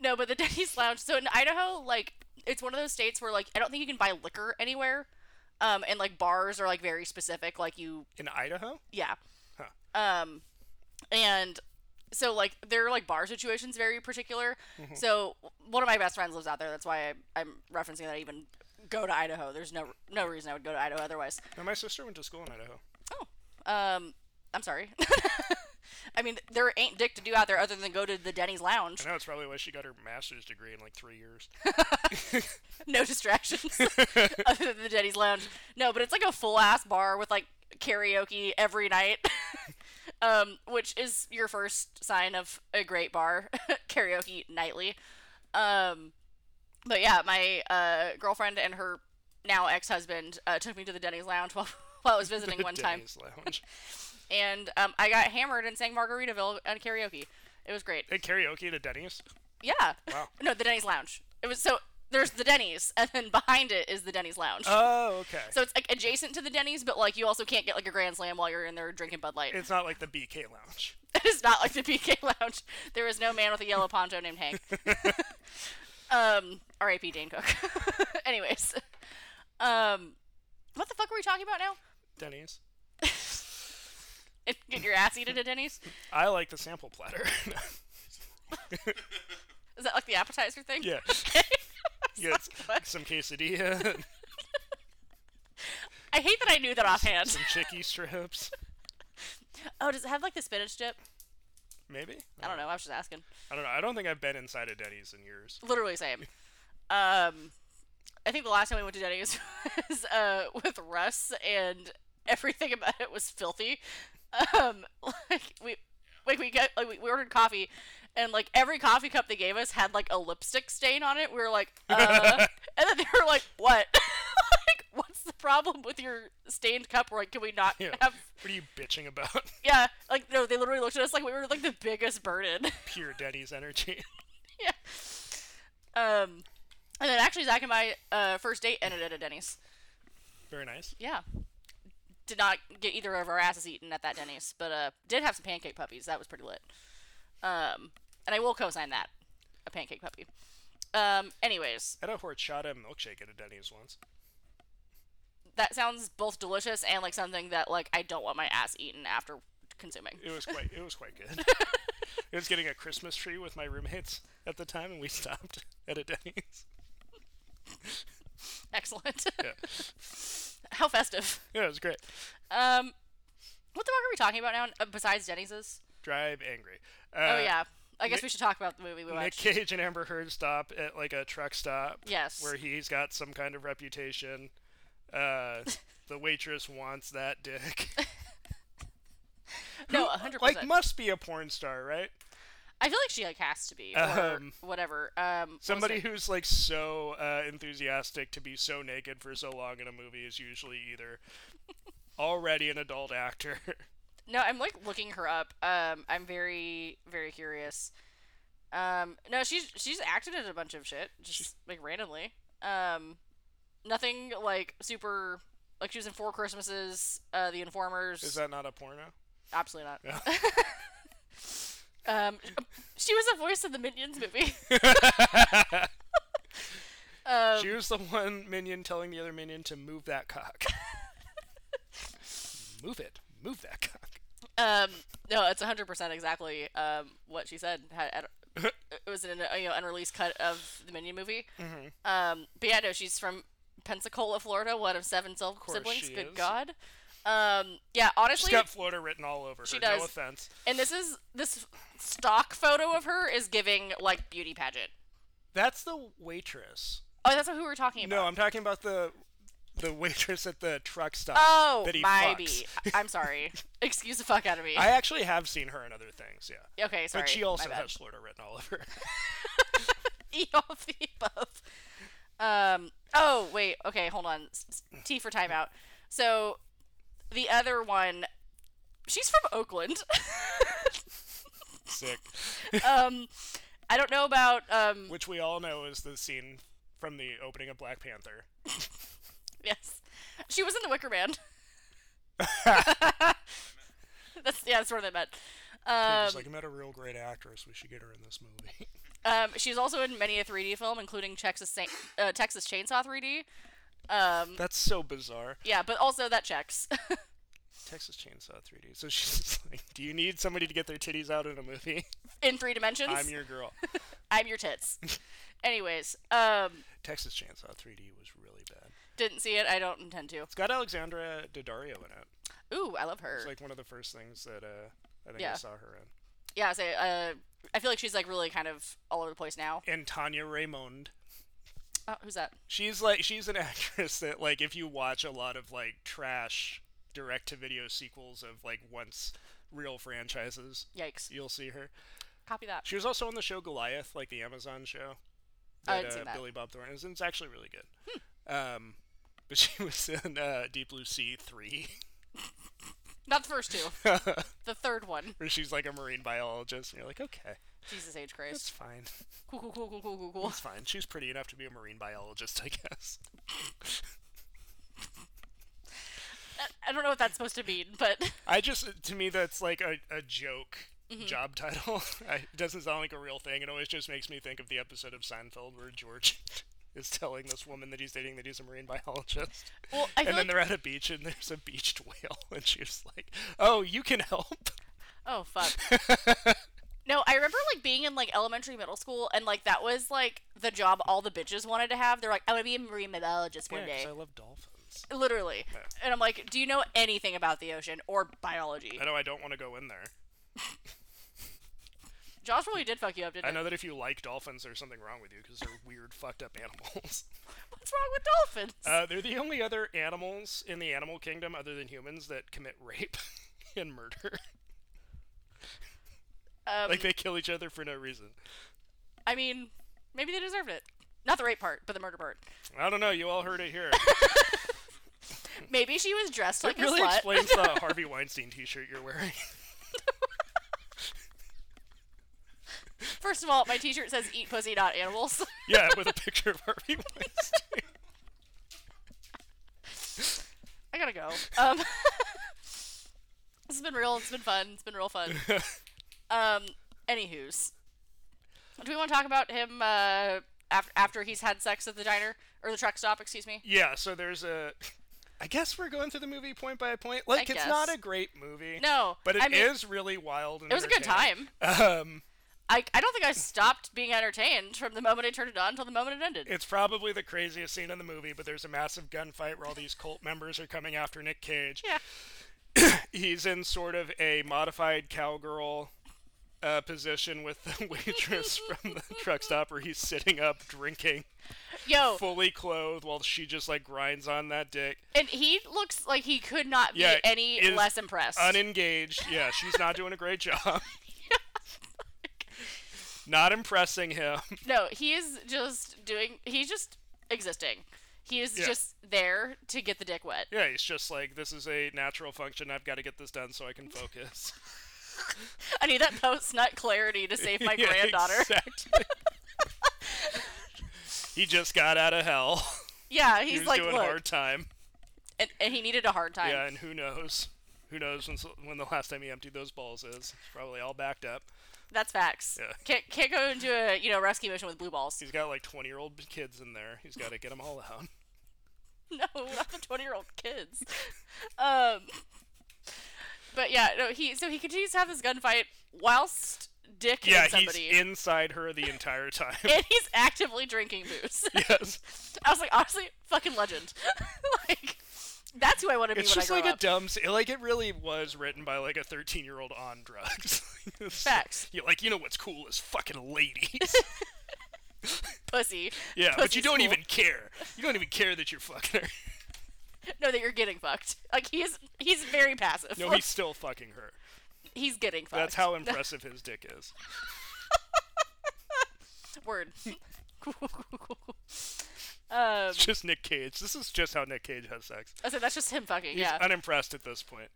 Speaker 2: no, but the Denny's Lounge. So in Idaho, like it's one of those states where like I don't think you can buy liquor anywhere. Um, and like bars are like very specific. Like you,
Speaker 1: In Idaho?
Speaker 2: yeah.
Speaker 1: Huh.
Speaker 2: Um, and so like there are like bar situations very particular. So one of my best friends lives out there. That's why I, I'm referencing that I even go to Idaho. There's no no reason I would go to Idaho otherwise.
Speaker 1: No, my sister went to school in Idaho.
Speaker 2: Um, I'm sorry. *laughs* I mean, there ain't dick to do out there other than go to the Denny's Lounge.
Speaker 1: I know it's probably why she got her master's degree in like three years.
Speaker 2: *laughs* No distractions other than the Denny's Lounge. No, but it's like a full ass bar with like karaoke every night. *laughs* um, which is your first sign of a great bar, *laughs* karaoke nightly. Um, but yeah, my uh, girlfriend and her now ex husband uh, took me to the Denny's Lounge *laughs* while, while I
Speaker 1: *laughs*
Speaker 2: was visiting *laughs* one time,
Speaker 1: Denny's Lounge.
Speaker 2: and um, I got hammered and sang Margaritaville on karaoke. It was great.
Speaker 1: They karaoke at a Denny's?
Speaker 2: Yeah. *laughs*
Speaker 1: Wow.
Speaker 2: No, the Denny's Lounge. It was so there's the Denny's, and then behind it is the Denny's Lounge.
Speaker 1: Oh, okay.
Speaker 2: so it's like adjacent to the Denny's, but like you also can't get like a Grand Slam while you're in there drinking Bud Light. *laughs*
Speaker 1: it's not like the BK Lounge.
Speaker 2: It is not like the PK Lounge. There is no man with a yellow poncho named Hank.
Speaker 1: *laughs*
Speaker 2: um, R.A.P. Dane Cook. *laughs* Anyways, um, what the fuck were we talking about now?
Speaker 1: Denny's.
Speaker 2: If- Get your ass eaten at Denny's.
Speaker 1: I like the sample platter. *laughs*
Speaker 2: Is that like the appetizer thing?
Speaker 1: yeah.
Speaker 2: *laughs* Okay. *laughs*
Speaker 1: Yeah, it's some quesadilla.
Speaker 2: I hate that I knew that offhand.
Speaker 1: Some chicky strips,
Speaker 2: Oh, does it have like the spinach dip?
Speaker 1: maybe.
Speaker 2: I don't know. I was just asking.
Speaker 1: I don't know. I don't think I've been inside a Denny's in years.
Speaker 2: Literally same. Um, I think the last time we went to Denny's *laughs* was uh, with Russ, and everything about it was filthy. Um, like we, like we got, like we we ordered coffee, and like every coffee cup they gave us had like a lipstick stain on it. We were like, uh, and then they were like, what? *laughs* like, what's the problem with your stained cup? We're like, can we not
Speaker 1: Yeah.
Speaker 2: have? *laughs*
Speaker 1: What are you bitching about? *laughs*
Speaker 2: Yeah, like no, they literally looked at us like we were like the biggest burden. *laughs*
Speaker 1: Pure Denny's energy. *laughs*
Speaker 2: yeah. Um, and then actually, Zach and my uh, first date ended at a Denny's.
Speaker 1: Very nice.
Speaker 2: Yeah. Did not get either of our asses eaten at that Denny's, but uh, did have some pancake puppies. That was pretty lit. Um, and I will co-sign that, a pancake puppy. Um, anyways,
Speaker 1: I had a horchata milkshake at a Denny's once.
Speaker 2: that sounds both delicious and like something that like I don't want my ass eaten after consuming.
Speaker 1: It was quite. It was quite
Speaker 2: *laughs*
Speaker 1: good. it was getting a Christmas tree with my roommates at the time, and we stopped *laughs* at a Denny's.
Speaker 2: Excellent. *laughs*
Speaker 1: Yeah,
Speaker 2: How festive.
Speaker 1: yeah, it was great.
Speaker 2: Um, what the fuck are we talking about now? Uh, besides Denny's?
Speaker 1: Drive angry. Uh,
Speaker 2: oh yeah, I guess
Speaker 1: Nick-
Speaker 2: we should talk about the movie we
Speaker 1: Nick
Speaker 2: watched.
Speaker 1: Cage and Amber Heard stop at like a truck stop.
Speaker 2: Yes.
Speaker 1: Where he's got some kind of reputation. Uh,
Speaker 2: *laughs*
Speaker 1: the waitress wants that dick.
Speaker 2: no, Oh, hundred
Speaker 1: like
Speaker 2: percent.
Speaker 1: must be a porn star, right?
Speaker 2: I feel like she like has to be or
Speaker 1: Um,
Speaker 2: whatever. Um, what was
Speaker 1: Somebody
Speaker 2: it?
Speaker 1: who's like so uh, enthusiastic to be so naked for so long in a movie is usually either already an adult actor. *laughs*
Speaker 2: No, I'm like looking her up. Um, I'm very very curious. Um, no, she's she's acted in a bunch of shit just like randomly. Um, nothing like super. Like she was in Four Christmases, uh, The Informers.
Speaker 1: is that not a porno?
Speaker 2: Absolutely not.
Speaker 1: No.
Speaker 2: *laughs* Um, she was a voice in the Minions movie. um,
Speaker 1: she was the one minion telling the other minion to move that
Speaker 2: *laughs*
Speaker 1: cock. move it. Move that cock.
Speaker 2: Um, no, it's hundred percent exactly um, what she said. Had, had- it was an uh, you know unreleased cut of the Minion movie.
Speaker 1: Mm-hmm.
Speaker 2: Um, but yeah, no, she's from Pensacola, Florida, one of seven sil-
Speaker 1: course
Speaker 2: siblings.
Speaker 1: she
Speaker 2: Good
Speaker 1: is.
Speaker 2: God. Um, yeah, honestly,
Speaker 1: She's got Florida written all over her.
Speaker 2: She
Speaker 1: No
Speaker 2: does.
Speaker 1: offense.
Speaker 2: and this is this stock photo of her is giving like beauty pageant.
Speaker 1: That's the waitress.
Speaker 2: Oh, that's who we were talking about.
Speaker 1: No, I'm talking about the the waitress at the truck stop.
Speaker 2: oh,
Speaker 1: that he
Speaker 2: my
Speaker 1: fucks.
Speaker 2: bee. I'm
Speaker 1: *laughs*
Speaker 2: sorry. Excuse the fuck out of me.
Speaker 1: I actually have seen her in other things, yeah.
Speaker 2: okay, sorry.
Speaker 1: But she
Speaker 2: My
Speaker 1: also
Speaker 2: bad.
Speaker 1: has Florida written all
Speaker 2: *laughs*
Speaker 1: over. her.
Speaker 2: eat all *laughs* of the above. Um. Oh wait. Okay. Hold on. S- s- T for timeout. So the other one, she's from Oakland. *laughs*
Speaker 1: Sick.
Speaker 2: um, I don't know about um.
Speaker 1: Which we all know is the scene from the opening of Black Panther.
Speaker 2: Yes, she was in The Wicker Man. *laughs* that's yeah. That's where they met. Um,
Speaker 1: She's like, I met a real great actress. We should get her in this
Speaker 2: *laughs*
Speaker 1: movie.
Speaker 2: um, she's also in many a 3D film, including Texas Sa- uh, Texas Chainsaw 3D. Um,
Speaker 1: That's so bizarre.
Speaker 2: yeah, but also that checks. *laughs*
Speaker 1: Texas Chainsaw 3D. So she's just like, Do you need somebody to get their titties out in a
Speaker 2: *laughs*
Speaker 1: movie?
Speaker 2: in three dimensions.
Speaker 1: I'm your girl.
Speaker 2: I'm your *laughs* tits. Anyways, um,
Speaker 1: Texas Chainsaw 3D was really bad.
Speaker 2: didn't see it. I don't intend to.
Speaker 1: It's got Alexandra Daddario in it.
Speaker 2: Ooh, I love her.
Speaker 1: It's like one of the first things that uh, I think I
Speaker 2: Yeah.
Speaker 1: saw her in.
Speaker 2: yeah, so uh, I feel like she's like really kind of all over the place now.
Speaker 1: And Tanya Raymond.
Speaker 2: Oh, who's that?
Speaker 1: She's like she's an *laughs* actress that like if you watch a lot of like trash direct to video sequels of like once real franchises,
Speaker 2: Yikes.
Speaker 1: you'll see her.
Speaker 2: Copy that.
Speaker 1: She was also on the show Goliath, like the Amazon show. That,
Speaker 2: I
Speaker 1: uh,
Speaker 2: haven't seen that. Hmm.
Speaker 1: Billy Bob Thornton is in. It's actually really good. Um, but *laughs* she was in uh, Deep Blue Sea three, *laughs*
Speaker 2: Not the first *laughs* two. the third one.
Speaker 1: where she's like a marine biologist, and you're like, okay,
Speaker 2: Jesus H.
Speaker 1: it's
Speaker 2: Christ.
Speaker 1: fine,
Speaker 2: Cool, cool, cool, cool, cool, cool, cool.
Speaker 1: it's fine. She's pretty enough to be a marine biologist, I guess.
Speaker 2: I- I don't know what that's supposed to mean, *laughs* but
Speaker 1: I just to me that's like a, a joke
Speaker 2: Mm-hmm.
Speaker 1: job *laughs* title. I, it doesn't sound like a real thing. It always just makes me think of the episode of Seinfeld where George *laughs* is telling this woman that he's dating that he's a marine biologist.
Speaker 2: well, I
Speaker 1: and
Speaker 2: feel
Speaker 1: then
Speaker 2: like
Speaker 1: they're at a beach and there's a beached whale *laughs* and she's like, "Oh, you can help." *laughs*
Speaker 2: oh fuck. *laughs* No, I remember like being in like elementary, middle school, and like that was like the job all the bitches wanted to have. They're like, I want to be a marine biologist one day.
Speaker 1: I love dolphins. sense.
Speaker 2: literally. And I'm like, do you know anything about the ocean or biology?
Speaker 1: I know I don't want to go in there.
Speaker 2: Jaws really did fuck you up, didn't
Speaker 1: I
Speaker 2: it?
Speaker 1: know that if you like dolphins, there's something wrong with you because they're weird, fucked up animals. *laughs*
Speaker 2: What's wrong with dolphins?
Speaker 1: Uh, they're the only other animals in the animal kingdom, other than humans, that commit rape *laughs* and murder.
Speaker 2: um,
Speaker 1: like they kill each other for no reason.
Speaker 2: I mean, maybe they deserved it. Not the rape part, but the murder part.
Speaker 1: I don't know. You all heard it
Speaker 2: *laughs*
Speaker 1: here.
Speaker 2: Maybe she was dressed like
Speaker 1: Hmm. it really
Speaker 2: a slut.
Speaker 1: explains
Speaker 2: *laughs*
Speaker 1: the Harvey Weinstein T-shirt you're wearing. *laughs*
Speaker 2: First of all, my T-shirt says "Eat pussy, not animals." *laughs*
Speaker 1: yeah, with a picture of Harvey Weinstein.
Speaker 2: I gotta go. Um, *laughs* this has been real. It's been fun. It's been real fun.
Speaker 1: *laughs*
Speaker 2: Um, anywho's, do we want to talk about him uh, after after he's had sex at the diner or the truck stop? Excuse me.
Speaker 1: yeah. So there's a. I guess we're going through the movie point by point. Like it's
Speaker 2: guess.
Speaker 1: not a great movie.
Speaker 2: No,
Speaker 1: But it is
Speaker 2: I mean,
Speaker 1: really wild. And
Speaker 2: It was a good
Speaker 1: entertaining.
Speaker 2: time.
Speaker 1: Um,
Speaker 2: I, I don't think I stopped being entertained from the moment I turned it on until the moment it ended.
Speaker 1: It's probably the craziest scene in the movie, but there's a massive gunfight where all these cult members are coming after Nick Cage.
Speaker 2: Yeah.
Speaker 1: *coughs* He's in sort of a modified cowgirl uh, position with the *laughs* waitress from the truck stop where he's sitting up drinking,
Speaker 2: Yo,
Speaker 1: fully clothed, while she just like grinds on that dick.
Speaker 2: and he looks like he could not be
Speaker 1: Yeah,
Speaker 2: any
Speaker 1: is
Speaker 2: less impressed.
Speaker 1: Unengaged. Yeah, she's not doing a great job. *laughs* not impressing him. *laughs*
Speaker 2: No, he is just doing. He's just existing. He is
Speaker 1: Yeah.
Speaker 2: just there to get the dick wet.
Speaker 1: Yeah, he's just like, this is a natural function. I've got to get this done so I can focus.
Speaker 2: I need that post nut clarity to save my
Speaker 1: *laughs* Yeah,
Speaker 2: granddaughter.
Speaker 1: exactly. he just got out of hell.
Speaker 2: *laughs*
Speaker 1: *laughs*
Speaker 2: Yeah,
Speaker 1: He
Speaker 2: he's
Speaker 1: was
Speaker 2: like,
Speaker 1: doing
Speaker 2: look,
Speaker 1: hard time.
Speaker 2: and, and he needed a hard time.
Speaker 1: Yeah, and who knows? Who knows when, when the last time he emptied those balls is? It's probably all backed up.
Speaker 2: That's facts.
Speaker 1: Yeah.
Speaker 2: Can't can't go into a you know rescue mission with blue balls.
Speaker 1: He's got like 20 year old kids in there. He's got to get them all
Speaker 2: *laughs*
Speaker 1: out.
Speaker 2: No, not the twenty year old kids. Um, but yeah, no, he so he continues to have this gunfight whilst dick
Speaker 1: Yeah, he's
Speaker 2: somebody.
Speaker 1: inside her the entire time.
Speaker 2: *laughs*
Speaker 1: *laughs*
Speaker 2: and he's actively drinking booze. *laughs*
Speaker 1: yes.
Speaker 2: I was like, honestly, fucking legend. *laughs* like, that's who I want to be
Speaker 1: It's
Speaker 2: when
Speaker 1: just
Speaker 2: I
Speaker 1: like
Speaker 2: grow
Speaker 1: a
Speaker 2: up.
Speaker 1: dumb. s- Like, it really was written by like a 13 year old on drugs. *laughs* It's like-
Speaker 2: Facts.
Speaker 1: You're like, you know what's cool is fucking
Speaker 2: *laughs*
Speaker 1: ladies.
Speaker 2: pussy.
Speaker 1: Yeah, but
Speaker 2: Pussy's
Speaker 1: you don't
Speaker 2: cool.
Speaker 1: even care. You don't even care that you're fucking her.
Speaker 2: No, that you're getting fucked. Like he's he's very passive.
Speaker 1: No, he's still fucking her.
Speaker 2: *laughs* he's getting fucked.
Speaker 1: That's how impressive his dick is. *laughs*
Speaker 2: word. *laughs* um,
Speaker 1: It's just Nick Cage. This is just how Nick Cage has sex.
Speaker 2: I said that's just him fucking.
Speaker 1: He's
Speaker 2: Yeah.
Speaker 1: unimpressed at this point.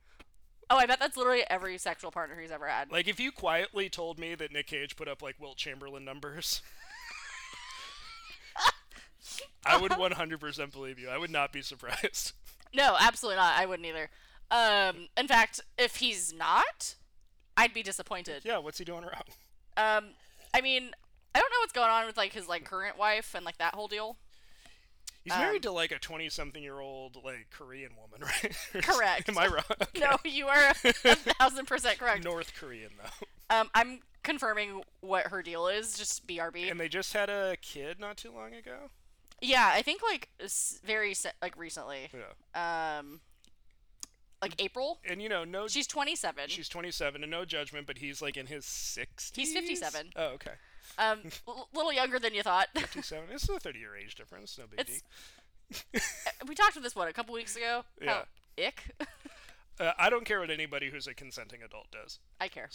Speaker 2: oh, I bet that's literally every sexual partner he's ever had.
Speaker 1: Like if you quietly told me that Nick Cage put up like Wilt Chamberlain numbers, *laughs* I
Speaker 2: *laughs*
Speaker 1: would 100% believe you. I would not be surprised. *laughs*
Speaker 2: No, absolutely not. I wouldn't either. Um, in fact, if he's not, I'd be disappointed.
Speaker 1: Yeah, what's he doing wrong?
Speaker 2: Um, I mean, I don't know what's going on with like his like current wife and like that whole deal.
Speaker 1: He's married to
Speaker 2: Um,
Speaker 1: like a 20-something-year-old like Korean woman, *laughs* right?
Speaker 2: Correct.
Speaker 1: Am I wrong?
Speaker 2: No, *laughs* you are a thousand percent
Speaker 1: *laughs*
Speaker 2: correct.
Speaker 1: North Korean though.
Speaker 2: Um, I'm confirming what her deal is. Just BRB.
Speaker 1: And they just had a kid not too long ago.
Speaker 2: yeah, I think like s- very se- like recently.
Speaker 1: Yeah.
Speaker 2: Um, like April.
Speaker 1: And you know, no
Speaker 2: She's 27.
Speaker 1: She's 27 and no judgment, but he's like in his 60s.
Speaker 2: He's 57.
Speaker 1: Oh, okay.
Speaker 2: um,
Speaker 1: *laughs*
Speaker 2: l- little younger than you thought.
Speaker 1: 57. This is a 30 year age difference. No big
Speaker 2: It's- we talked about this one a couple weeks ago. How ick.
Speaker 1: deal. Uh, I don't care what anybody who's a consenting adult does.
Speaker 2: I care.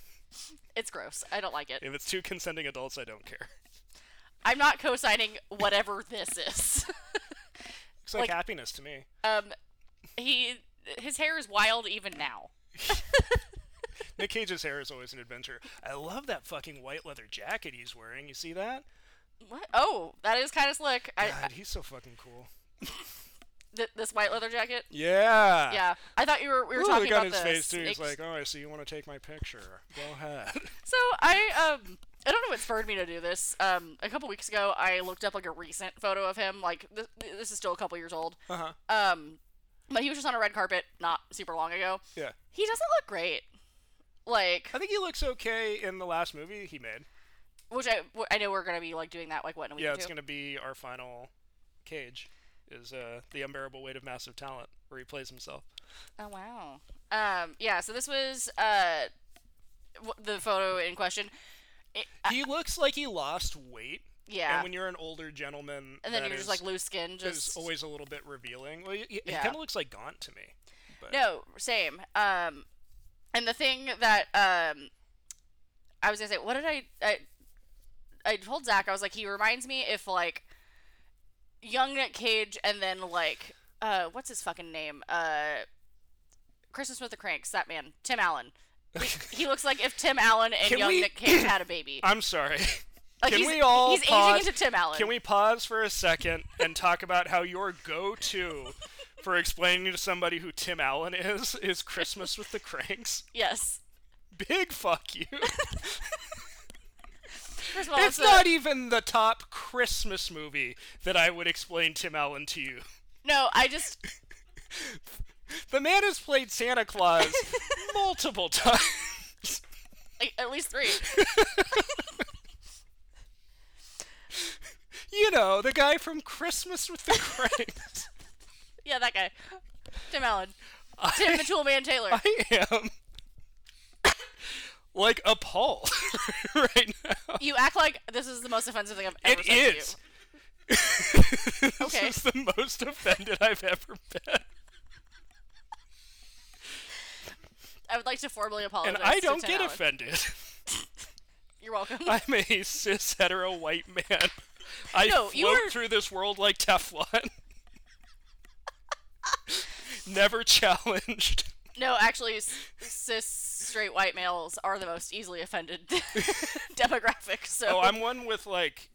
Speaker 2: *laughs* it's gross. I don't like it.
Speaker 1: If it's two consenting adults, I don't care.
Speaker 2: I'm not co-signing whatever this is. *laughs*
Speaker 1: Looks like,
Speaker 2: Like-
Speaker 1: happiness to me.
Speaker 2: um, he his hair is wild even now.
Speaker 1: Nick Cage's hair is always an adventure. I love that fucking white leather jacket he's wearing. You see that?
Speaker 2: What? Oh, that is kind of slick. I, I
Speaker 1: God, he's so fucking cool.
Speaker 2: th- this white leather jacket.
Speaker 1: Yeah.
Speaker 2: Yeah, I thought you were we were
Speaker 1: Ooh,
Speaker 2: talking
Speaker 1: look on his
Speaker 2: about the
Speaker 1: face too.
Speaker 2: snakes.
Speaker 1: He's like, "Oh, I see. You want to take my picture? Go ahead."
Speaker 2: So I um I don't know what spurred me to do this. Um, a couple weeks ago, I looked up like a recent photo of him. Like this, this is still a couple years old.
Speaker 1: uh huh.
Speaker 2: Um, but he was just on a red carpet not super long ago.
Speaker 1: Yeah.
Speaker 2: He doesn't look great. Like
Speaker 1: I think he looks okay in the last movie he made.
Speaker 2: which I, wh- I know we're gonna be like doing that like what in a week
Speaker 1: Yeah,
Speaker 2: or two.
Speaker 1: it's gonna be our final cage. is uh, the unbearable weight of massive talent, where he plays himself.
Speaker 2: Oh wow. Um, yeah. So this was uh, w- the photo in question. It, I-
Speaker 1: He looks like he lost weight,
Speaker 2: Uh, yeah.
Speaker 1: and
Speaker 2: And,
Speaker 1: when you're an older gentleman,
Speaker 2: then
Speaker 1: that
Speaker 2: you're just
Speaker 1: is-
Speaker 2: like loose skin.
Speaker 1: is
Speaker 2: Just
Speaker 1: always a little bit revealing. Well, he,
Speaker 2: Yeah.
Speaker 1: kind of looks like Gaunt to me. But
Speaker 2: no, same. Um, and the thing that um, I was gonna say, what did I, I? I told Zach I was like, he reminds me if like young Nick Cage and then like uh, what's his fucking name? Uh, Christmas with the Cranks. That man, Tim Allen.
Speaker 1: *laughs*
Speaker 2: He, he looks like if Tim Allen and
Speaker 1: Can
Speaker 2: young
Speaker 1: we-
Speaker 2: Nick Cage had a
Speaker 1: *laughs*
Speaker 2: baby.
Speaker 1: I'm sorry.
Speaker 2: Like,
Speaker 1: Can
Speaker 2: he's,
Speaker 1: we all
Speaker 2: He's
Speaker 1: pause?
Speaker 2: aging into Tim Allen.
Speaker 1: Can we pause for a second and talk about how your go-to for explaining to somebody who Tim Allen is is Christmas with the Cranks? *laughs*
Speaker 2: Yes.
Speaker 1: Big fuck you.
Speaker 2: First of all,
Speaker 1: it's
Speaker 2: a-
Speaker 1: not even the top Christmas movie that I would explain Tim Allen to you.
Speaker 2: no, I just
Speaker 1: The man has played Santa
Speaker 2: *laughs*
Speaker 1: Claus multiple times.
Speaker 2: like, at least three.
Speaker 1: You know, the guy from Christmas with the Cranks.
Speaker 2: Yeah, that guy, Tim Allen, *laughs*
Speaker 1: *laughs*
Speaker 2: Tim the Tool Man Taylor.
Speaker 1: I am *coughs* like appalled *laughs* right now.
Speaker 2: you act like this is the most offensive thing I've ever
Speaker 1: It
Speaker 2: said
Speaker 1: is.
Speaker 2: to
Speaker 1: *laughs* this
Speaker 2: Okay. Oh,
Speaker 1: is the most offended I've ever been.
Speaker 2: you. I would like to formally apologize.
Speaker 1: And I
Speaker 2: to
Speaker 1: don't
Speaker 2: Tim
Speaker 1: get
Speaker 2: Allen.
Speaker 1: offended.
Speaker 2: You're welcome. *laughs*
Speaker 1: I'm a cis hetero white man. I
Speaker 2: No, you
Speaker 1: float
Speaker 2: are-
Speaker 1: through this world like Teflon. *laughs* Never challenged.
Speaker 2: no, actually, s- cis straight white males are the most
Speaker 1: *laughs*
Speaker 2: easily offended *laughs* demographic. So,
Speaker 1: Oh, I'm one with like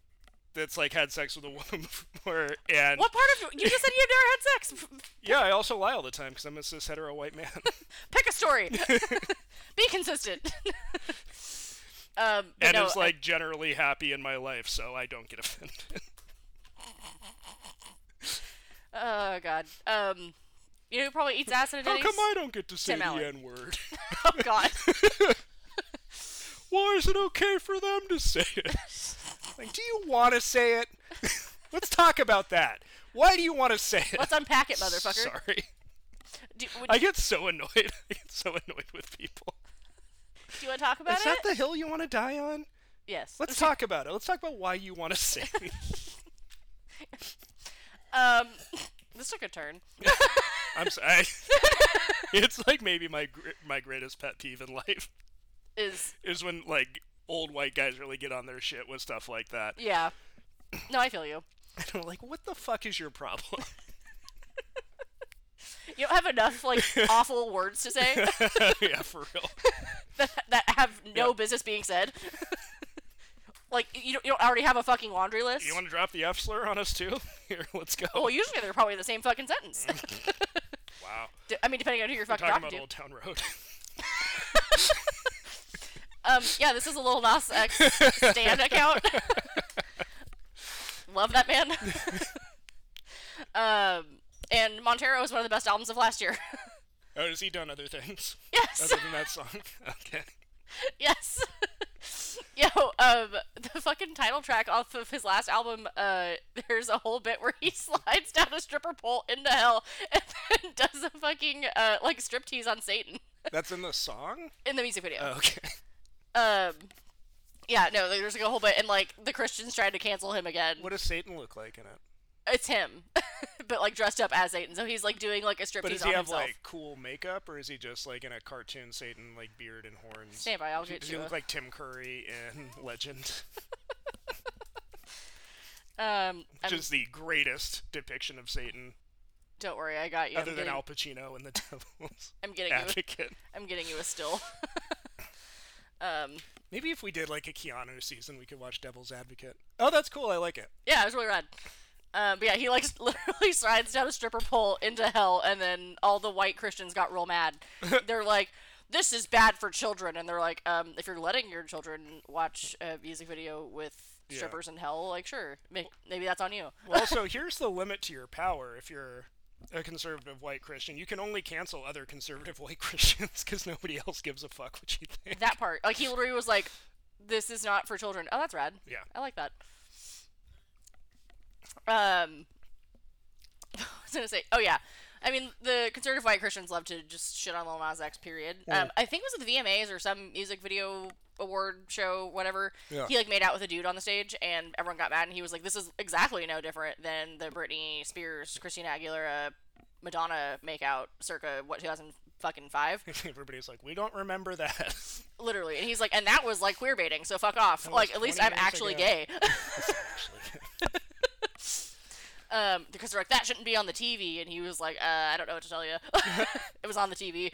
Speaker 1: that's like had sex with a woman *laughs* before, and
Speaker 2: what part of you just said you've never had sex?
Speaker 1: yeah, I also lie all the time because I'm a cis hetero white man.
Speaker 2: *laughs* Pick
Speaker 1: *laughs*
Speaker 2: a story. *laughs* Be consistent. *laughs* um, but
Speaker 1: and
Speaker 2: no,
Speaker 1: is
Speaker 2: I-
Speaker 1: like generally happy in my life, so I don't get offended.
Speaker 2: Oh God. Um, you know who probably eats ass in a
Speaker 1: How
Speaker 2: Denny's?
Speaker 1: Oh, come I don't get to say
Speaker 2: Tim
Speaker 1: the
Speaker 2: Allen.
Speaker 1: N word?
Speaker 2: *laughs* Oh God.
Speaker 1: *laughs* Why is it okay for them to say
Speaker 2: *laughs*
Speaker 1: it? like, do you want to say it? *laughs* Let's talk about that. Why do you want to say it?
Speaker 2: Let's unpack it, motherfucker.
Speaker 1: Sorry,
Speaker 2: Do, would,
Speaker 1: I get so annoyed. *laughs* I get so annoyed with people.
Speaker 2: do you want to talk about
Speaker 1: is
Speaker 2: it?
Speaker 1: that the hill you want to die on?
Speaker 2: yes.
Speaker 1: Let's talk about it. Let's talk about why you want to
Speaker 2: *laughs*
Speaker 1: say it.
Speaker 2: Um, *laughs* this took a turn.
Speaker 1: I'm sorry. *laughs* it's like maybe my gr- my greatest pet peeve in life
Speaker 2: Is
Speaker 1: is when like old white guys really get on their shit with stuff like that.
Speaker 2: yeah. No, I feel you.
Speaker 1: And I'm like, what the fuck is your problem? *laughs*
Speaker 2: You don't have
Speaker 1: *laughs*
Speaker 2: enough like awful words to say
Speaker 1: yeah, for real.
Speaker 2: that, that have no
Speaker 1: Yeah.
Speaker 2: business being said. like you don't, you don't already have a fucking laundry list.
Speaker 1: You want to drop the F slur on us too? *laughs* Here, let's go.
Speaker 2: well, usually they're probably the same fucking sentence.
Speaker 1: wow.
Speaker 2: *laughs* D- I mean, depending on who you're fucking
Speaker 1: Mm. Talking
Speaker 2: talking
Speaker 1: about
Speaker 2: to.
Speaker 1: Old Town Road. *laughs*
Speaker 2: Um, yeah, this is a little Nas X
Speaker 1: *laughs*
Speaker 2: stand account. *laughs* Love
Speaker 1: *laughs*
Speaker 2: that man. um, and Montero is one of the best albums of last year. *laughs*
Speaker 1: oh, has he done other things *laughs*
Speaker 2: yes,
Speaker 1: other than that song? *laughs* Okay.
Speaker 2: yes. *laughs* Yo, um, the fucking title track off of his last album, uh, there's a whole bit where he *laughs* slides down a stripper pole into hell and then *laughs* does a fucking uh, like striptease on Satan
Speaker 1: That's in the song?
Speaker 2: in the music video.
Speaker 1: Oh, okay. Oh.
Speaker 2: Um, yeah, no, there's like a whole bit, and like the Christians tried to cancel him again.
Speaker 1: What does Satan look like in it?
Speaker 2: It's him, *laughs* but like dressed up as Satan. So he's like doing like a striptease
Speaker 1: But does
Speaker 2: on
Speaker 1: he have
Speaker 2: himself.
Speaker 1: like cool makeup or is he just like in a cartoon Satan, like beard and horns?
Speaker 2: Stand by, I'll
Speaker 1: Does he-
Speaker 2: get
Speaker 1: does
Speaker 2: you.
Speaker 1: he look
Speaker 2: a-
Speaker 1: like Tim Curry in *laughs* Legend?
Speaker 2: um, I'm-
Speaker 1: Which is the greatest depiction of Satan,
Speaker 2: don't worry, I got you.
Speaker 1: other
Speaker 2: I'm
Speaker 1: than
Speaker 2: getting,
Speaker 1: Al Pacino in The *laughs* Devil's
Speaker 2: I'm getting you.
Speaker 1: Advocate.
Speaker 2: I'm getting you a still. *laughs* um,
Speaker 1: Maybe if we did like a Keanu season, we could watch Devil's Advocate. Oh, that's cool. I like it.
Speaker 2: yeah, it was really rad. Um, but yeah, he like *laughs* literally slides down a stripper pole into hell, and then all the white Christians got
Speaker 1: *laughs*
Speaker 2: real mad. they're like, "This is bad for children," and they're like, um, "If you're letting your children watch a music video with
Speaker 1: Yeah.
Speaker 2: strippers in hell, like, sure, may- maybe that's on you."
Speaker 1: Well, also, here's the limit to your power if you're a conservative white Christian. You can only cancel other conservative *laughs* white Christians because nobody else gives a fuck what you think.
Speaker 2: *laughs* that part. Like he literally was like, "This is not for children." Oh, that's rad.
Speaker 1: Yeah.
Speaker 2: *laughs* I like that. Um, was gonna say, oh yeah, I mean the conservative white Christians love to just shit on Lil Nas X. Period. Um, I think it was at the VMAs or some music video award show, whatever.
Speaker 1: Yeah.
Speaker 2: He like made out with a dude on the stage, and everyone got mad, and he was like, "This is exactly no different than the Britney Spears, Christina Aguilera, Madonna makeout circa what 2000 fucking five,
Speaker 1: *laughs* Everybody's like, we don't remember that. *laughs*
Speaker 2: literally." And he's like, "And that was like queer baiting, so fuck off.
Speaker 1: was
Speaker 2: Like at least
Speaker 1: 20
Speaker 2: I'm
Speaker 1: years
Speaker 2: actually
Speaker 1: ago. *laughs*
Speaker 2: gay." *laughs*
Speaker 1: Actually,
Speaker 2: um, because they're like, that shouldn't be on the TV. And he was like, uh, I don't know what to *laughs* tell you. it was on the *laughs* TV.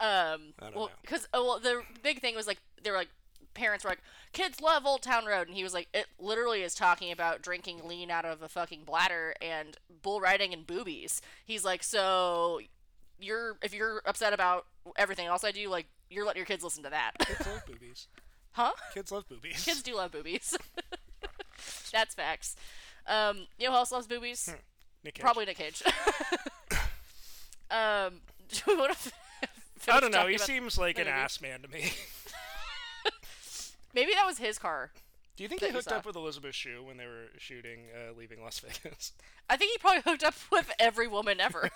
Speaker 2: um,
Speaker 1: I don't
Speaker 2: well,
Speaker 1: know.
Speaker 2: because oh, well, the big thing was like, they were like, parents were like, kids love Old Town Road. And he was like, it literally is talking about drinking lean out of a fucking bladder and bull riding and boobies. He's like, so you're, if you're upset about everything else I do, like, you're letting your kids listen to that. *laughs*
Speaker 1: kids love boobies.
Speaker 2: huh?
Speaker 1: Kids love boobies.
Speaker 2: Kids do love boobies. *laughs* That's facts. Um, you know who else loves boobies?
Speaker 1: Hmm. Nick Cage.
Speaker 2: Probably Nick Cage. *laughs* um, *laughs* do we wanna f-
Speaker 1: I
Speaker 2: finish
Speaker 1: don't know.
Speaker 2: talking
Speaker 1: He
Speaker 2: about-
Speaker 1: seems like an
Speaker 2: maybe.
Speaker 1: ass man to me. *laughs*
Speaker 2: Maybe that was his car.
Speaker 1: Do you think
Speaker 2: That
Speaker 1: he
Speaker 2: you
Speaker 1: hooked
Speaker 2: saw.
Speaker 1: up with Elizabeth Shue when they were shooting uh, Leaving Las Vegas? *laughs*
Speaker 2: I think he probably hooked up with every woman ever.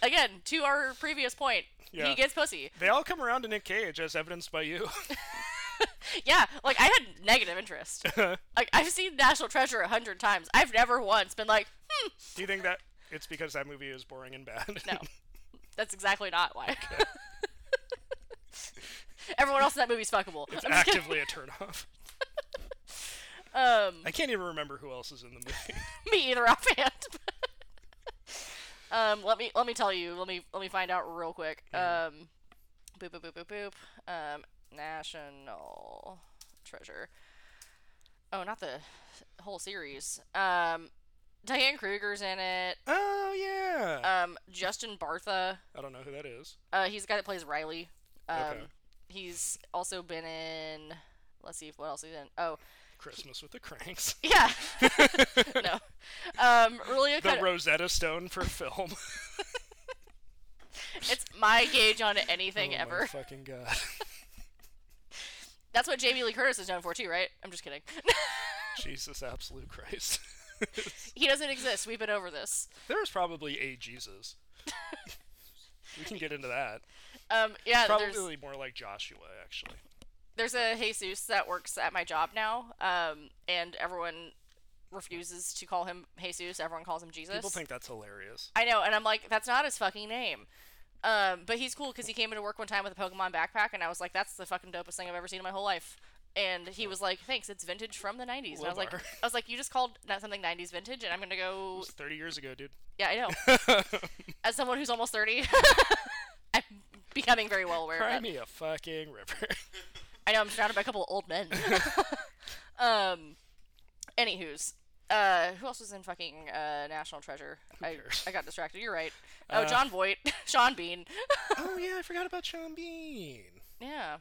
Speaker 2: Again, to our previous point,
Speaker 1: Yeah.
Speaker 2: he gets pussy.
Speaker 1: They all come around to Nick Cage, as evidenced by you. *laughs*
Speaker 2: Yeah, like I had
Speaker 1: *laughs*
Speaker 2: negative interest. like I've seen National Treasure a hundred times. I've never once been like, hmm,
Speaker 1: Do you think that it's because that movie is boring and bad?
Speaker 2: No. That's exactly
Speaker 1: *laughs*
Speaker 2: not why. *laughs* Everyone else in that movie's fuckable.
Speaker 1: it's
Speaker 2: I'm just
Speaker 1: *laughs*
Speaker 2: kidding.
Speaker 1: actively a turnoff.
Speaker 2: *laughs* Um,
Speaker 1: I can't even remember who else is in the movie.
Speaker 2: *laughs* me either offhand. um, let me let me tell you. Let me let me find out real quick. Um, boop boop boop boop boop. Um, National Treasure. Oh, not the whole series. Um, Diane Kruger's in it.
Speaker 1: Oh yeah.
Speaker 2: Um, Justin Bartha.
Speaker 1: I don't know who that is.
Speaker 2: Uh, he's the guy that plays Riley. Um,
Speaker 1: Okay.
Speaker 2: He's also been in. Let's see what else he's in. Oh, *laughs*
Speaker 1: Christmas with the Cranks.
Speaker 2: yeah. *laughs* no. Um, really, a
Speaker 1: The
Speaker 2: kind of-
Speaker 1: Rosetta Stone for
Speaker 2: *laughs*
Speaker 1: film.
Speaker 2: it's my gauge on anything
Speaker 1: oh
Speaker 2: ever.
Speaker 1: my fucking god. *laughs*
Speaker 2: That's what Jamie Lee Curtis is known for too, right? I'm just kidding. *laughs*
Speaker 1: Jesus absolute Christ. *laughs*
Speaker 2: he doesn't exist. We've been over this.
Speaker 1: There's probably a Jesus.
Speaker 2: *laughs*
Speaker 1: we can get into that.
Speaker 2: Um, yeah, there's
Speaker 1: Probably more like Joshua, actually.
Speaker 2: there's a Jesus that works at my job now, um, and everyone refuses to call him Jesus. Everyone calls him Jesus.
Speaker 1: People think that's hilarious.
Speaker 2: I know, and I'm like, that's not his fucking name. Um, but he's cool because he came into work one time with a Pokemon backpack, and I was like, that's the fucking dopest thing I've ever seen in my whole life. And he was like, thanks, it's vintage from the 90s. And I was like,
Speaker 1: Lobar.
Speaker 2: I was like, you just called not something 90s vintage, and I'm gonna go.
Speaker 1: It's 30 years ago,
Speaker 2: *laughs*
Speaker 1: dude.
Speaker 2: Yeah, I know. As someone who's almost 30, *laughs* I'm becoming very well aware
Speaker 1: *laughs*
Speaker 2: of
Speaker 1: Cry
Speaker 2: that.
Speaker 1: me a fucking
Speaker 2: *laughs*
Speaker 1: river.
Speaker 2: I know I'm surrounded by a couple of old
Speaker 1: *laughs*
Speaker 2: men. um, anywho's. Uh, who else was in fucking uh, National Treasure? I,
Speaker 1: cares? Uh.
Speaker 2: I got distracted.
Speaker 1: *laughs*
Speaker 2: You're right. Oh, John Voight, *laughs* Sean Bean.
Speaker 1: oh yeah, I forgot about Sean Bean.
Speaker 2: yeah.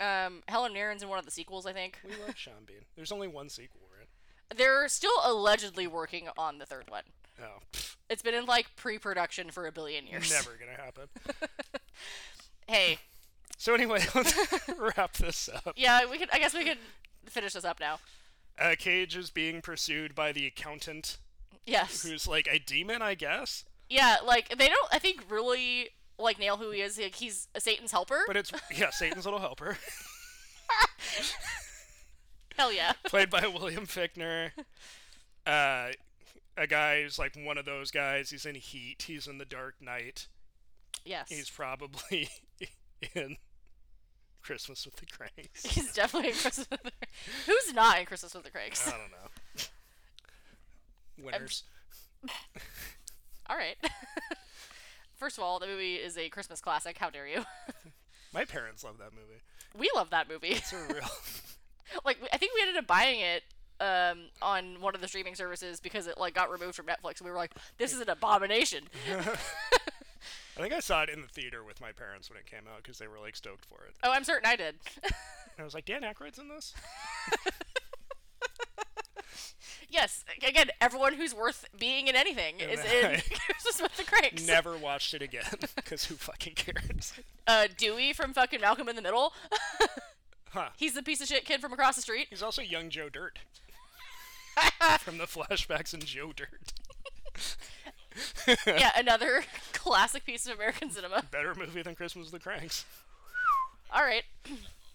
Speaker 2: Um, Helen Mirren's in one of the sequels, I think.
Speaker 1: We love Sean Bean. There's only one sequel, right?
Speaker 2: They're still allegedly working on the third one.
Speaker 1: Oh, pff,
Speaker 2: It's been in like pre-production for a billion years.
Speaker 1: never gonna happen.
Speaker 2: *laughs* Hey,
Speaker 1: So anyway, *laughs* let's wrap this up.
Speaker 2: yeah, we could. I guess we could finish this up now.
Speaker 1: Uh, Cage is being pursued by the accountant,
Speaker 2: Yes.
Speaker 1: who's like a demon, I guess.
Speaker 2: Yeah, like they don't. I think really like nail who he is. Like he's a Satan's helper.
Speaker 1: But it's yeah, Satan's little helper, *laughs*
Speaker 2: Hell yeah. *laughs*
Speaker 1: played by William Fickner. Uh, a guy who's like one of those guys. He's in Heat. He's in The Dark Knight.
Speaker 2: Yes.
Speaker 1: He's
Speaker 2: He's,
Speaker 1: probably *laughs* in Christmas with the Cranks.
Speaker 2: definitely in Christmas with the Who's not in Christmas with the Cranks? *laughs*
Speaker 1: I don't know. Winners.
Speaker 2: All right. *laughs* First of all, the movie is a Christmas classic. How dare you? *laughs*
Speaker 1: My parents love that movie.
Speaker 2: We love that movie. *laughs*
Speaker 1: It's a real. *laughs*
Speaker 2: Like I think we ended up buying it um, on one of the streaming services because it like got removed from Netflix. We were like, this is an abomination.
Speaker 1: I think I saw it in the theater with my parents when it came out because they were like stoked for it.
Speaker 2: Oh, I'm certain I did. *laughs*
Speaker 1: And I was like, Dan Aykroyd's in this?
Speaker 2: yes. Again, everyone who's worth being in anything is in *laughs*
Speaker 1: then-
Speaker 2: Christmas with the Cranks.
Speaker 1: Never watched it again *laughs* because who fucking cares?
Speaker 2: uh, Dewey from fucking Malcolm in the Middle. *laughs*
Speaker 1: Huh. *laughs*
Speaker 2: He's the piece of shit kid from across the street.
Speaker 1: He's also young Joe Dirt. from the flashbacks in Joe Dirt.
Speaker 2: yeah, another *laughs* classic piece of American cinema.
Speaker 1: Better movie than Christmas of the Cranks.
Speaker 2: All right.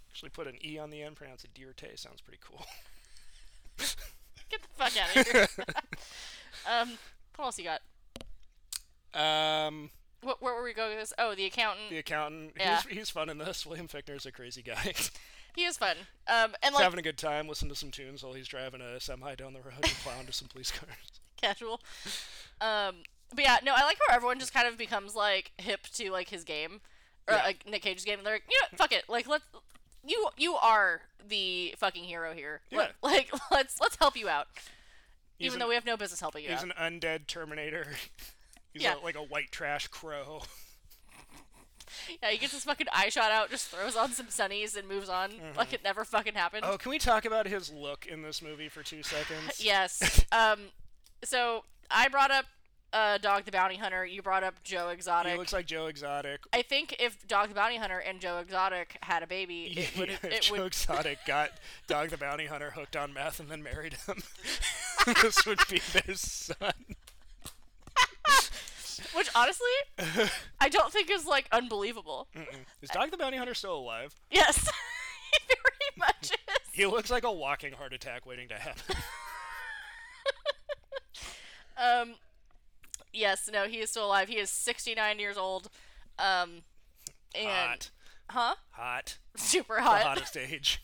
Speaker 1: Actually, put an E on the end, pronounce it Dierte. Sounds pretty cool.
Speaker 2: Get the fuck out of
Speaker 1: *laughs*
Speaker 2: here. *laughs* um, what else you got?
Speaker 1: Um,
Speaker 2: What, where were we going with this? Oh, the accountant.
Speaker 1: the accountant.
Speaker 2: Yeah.
Speaker 1: He's, he's fun in this. William Fickner's a crazy guy. he's *laughs*
Speaker 2: He is fun. Um, and like
Speaker 1: having a good time. Listen to some tunes while he's driving a semi down the road and plow into some police cars. *laughs*
Speaker 2: casual. Um, but yeah, no, I like how everyone just kind of becomes like hip to like his game, or
Speaker 1: Yeah.
Speaker 2: like Nick Cage's game. And they're like, you know, what, fuck it, like let's. You you are the fucking hero here. Let- like *laughs* let's let's help you out,
Speaker 1: He's
Speaker 2: even
Speaker 1: an-
Speaker 2: though we have no business helping you
Speaker 1: He's
Speaker 2: out.
Speaker 1: an undead Terminator. He's
Speaker 2: Yeah.
Speaker 1: a, like a white trash crow.
Speaker 2: Yeah, he gets his fucking eye shot out, just throws on some sunnies and moves on like it never fucking happened.
Speaker 1: Mm-hmm. Oh, can we talk about his look in this movie for *laughs* two seconds? *laughs*
Speaker 2: Yes. um, so I brought up uh, Dog the Bounty Hunter. You brought up Joe Exotic.
Speaker 1: He looks like Joe Exotic.
Speaker 2: I think if Dog the Bounty Hunter and Joe Exotic had a baby,
Speaker 1: *laughs*
Speaker 2: it would.
Speaker 1: if
Speaker 2: It
Speaker 1: Joe
Speaker 2: would
Speaker 1: Exotic *laughs* got Dog the Bounty Hunter hooked on meth and then married him. *laughs* this would be their son.
Speaker 2: which honestly,
Speaker 1: *laughs*
Speaker 2: I don't think is like unbelievable.
Speaker 1: Is Dog the Bounty Hunter still alive?
Speaker 2: Yes, *laughs* it very much is.
Speaker 1: He looks like a walking heart attack waiting to *laughs* happen.
Speaker 2: Um, yes, no, he is still alive. He is 69 years old. Um, and
Speaker 1: Hot.
Speaker 2: huh?
Speaker 1: Hot.
Speaker 2: Super
Speaker 1: The *laughs*
Speaker 2: hot.
Speaker 1: hottest age.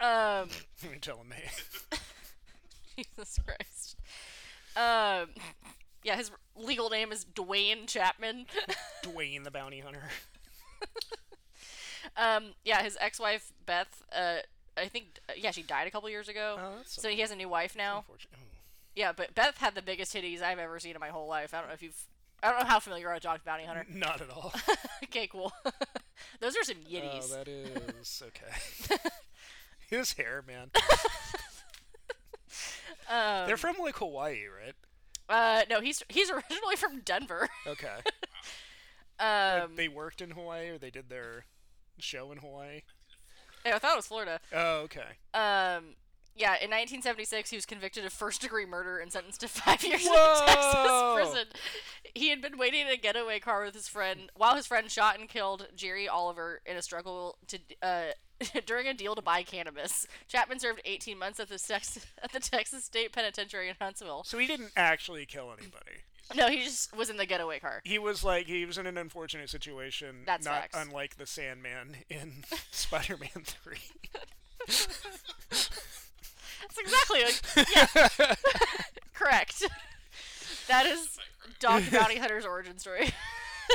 Speaker 3: Hold on up for
Speaker 2: Um,
Speaker 3: 69.
Speaker 1: Let me tell him that.
Speaker 2: *laughs* Jesus Christ. Um, yeah, his legal name is Dwayne Chapman. *laughs*
Speaker 1: Dwayne the Bounty Hunter.
Speaker 2: Um, yeah, his ex-wife Beth. Uh, I think yeah, she died a couple years ago.
Speaker 1: Oh, that's
Speaker 2: so he has a new wife now.
Speaker 1: Unfortunate- oh.
Speaker 2: Yeah, but Beth had the biggest titties I've ever seen in my whole life. I don't know if you've. I don't know how familiar you are with Dog the Bounty Hunter. *laughs*
Speaker 1: Not at *laughs* all.
Speaker 2: okay, cool. *laughs* Those are some
Speaker 1: Oh,
Speaker 2: yitties.
Speaker 1: that is okay. *laughs* His hair, man. They're from like Hawaii, right?
Speaker 2: Um, uh, no, he's he's originally from Denver. *laughs*
Speaker 1: *laughs* Okay.
Speaker 2: Um,
Speaker 1: they worked in Hawaii, or they did their show in Hawaii.
Speaker 2: yeah, I thought it was Florida.
Speaker 1: Oh, okay.
Speaker 2: Um, yeah, in 1976, he was convicted of first-degree murder and sentenced to *laughs* five years in
Speaker 1: Whoa!
Speaker 2: Texas prison. He had been waiting in a getaway car with his friend while his friend shot and killed Jerry Oliver in a struggle to uh, *laughs* during a deal to buy cannabis. Chapman served 18 months at the sex, at the Texas State Penitentiary in Huntsville.
Speaker 1: So he didn't actually kill anybody.
Speaker 2: No, he just was in the getaway car.
Speaker 1: He was like he was in an unfortunate situation.
Speaker 2: That's
Speaker 1: not
Speaker 2: facts.
Speaker 1: unlike the Sandman in *laughs* Spider-Man Three.
Speaker 2: That's exactly like, yeah, correct. that is Dog the Bounty Hunter's origin story.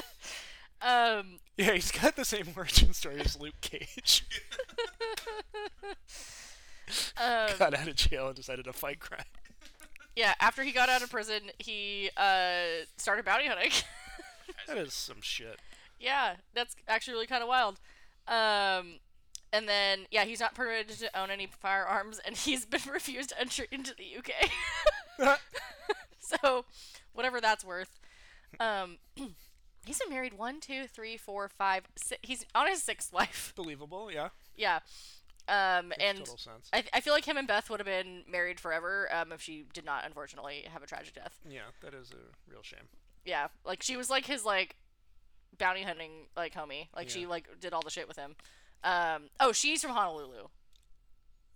Speaker 2: *laughs* um.
Speaker 1: Yeah, he's got the same origin story as Luke Cage.
Speaker 2: *laughs* Um,
Speaker 1: *laughs* Got out of jail and decided to fight crime.
Speaker 2: Yeah, after he got out of prison, he uh, started bounty hunting. *laughs*
Speaker 1: That is some shit.
Speaker 2: yeah, that's actually really kind of wild. Um, and then, yeah, he's not permitted to own any firearms, and *laughs* he's been refused entry into the UK. *laughs* so, whatever that's worth. Um, *clears throat* he's been married one, two, three, four, five, six. He's on his sixth wife. *laughs*
Speaker 1: Believable, yeah.
Speaker 2: Yeah. Um, and
Speaker 1: total sense.
Speaker 2: I, I feel like him and Beth would have been married forever um, if she did not, unfortunately, have a tragic death.
Speaker 1: yeah, that is a real shame.
Speaker 2: Yeah, like she was like his like bounty hunting like homie. Like she
Speaker 1: Yeah.
Speaker 2: like did all the shit with him. Um oh, she's from Honolulu.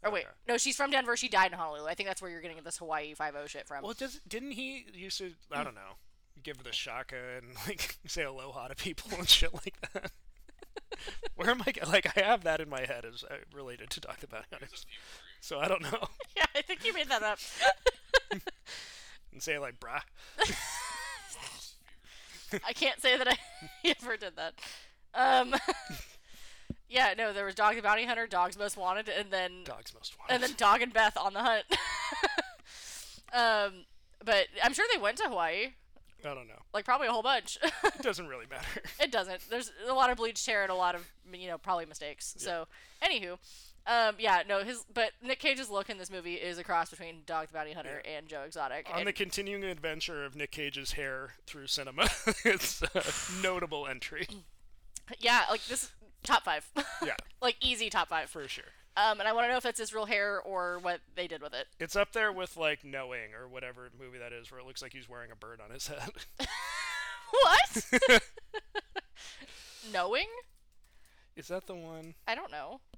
Speaker 2: Or wait,
Speaker 1: Okay.
Speaker 2: no, she's from Denver. She died in Honolulu. I think that's where you're getting this Hawaii Five O shit from.
Speaker 1: Well, does didn't he used to? I don't know. Give the shaka and *laughs* like say aloha to people and shit like that. *laughs* Where am I? g- Like I have that in my head as uh, related to Dr. Bounty Hunters. So I don't know.
Speaker 2: *laughs*
Speaker 1: *laughs*
Speaker 2: yeah, I think you made that up.
Speaker 1: And say like brah.
Speaker 2: I can't say that I *laughs* ever did that. Um, *laughs* yeah, no, there was Dog the Bounty Hunter, Dogs Most Wanted, and then
Speaker 1: Dogs most wanted.
Speaker 2: and then Dog and Beth on the hunt. *laughs* um, but I'm sure they went to Hawaii,
Speaker 1: *laughs* I don't know.
Speaker 2: like probably a whole bunch. *laughs*
Speaker 1: It doesn't really matter. *laughs*
Speaker 2: It doesn't. There's a lot of bleached hair and a lot of you know probably mistakes. So, anywho, um, yeah, no, his but Nick Cage's look in this movie is a cross between Dog the Bounty Hunter and Joe Exotic.
Speaker 1: On
Speaker 2: and-
Speaker 1: the continuing adventure of Nick Cage's *laughs* hair through cinema, it's a notable entry.
Speaker 2: *laughs* yeah, like this top five, *laughs*
Speaker 1: Yeah,
Speaker 2: like easy top five.
Speaker 1: for sure.
Speaker 2: Um, and I want to know if that's his real hair or what they did with it. *laughs*
Speaker 1: It's up there with like Knowing or whatever movie that is, where it looks like he's wearing a bird on his head. *laughs*
Speaker 2: What? Knowing?
Speaker 1: is that the one?
Speaker 2: I don't know.
Speaker 3: *laughs*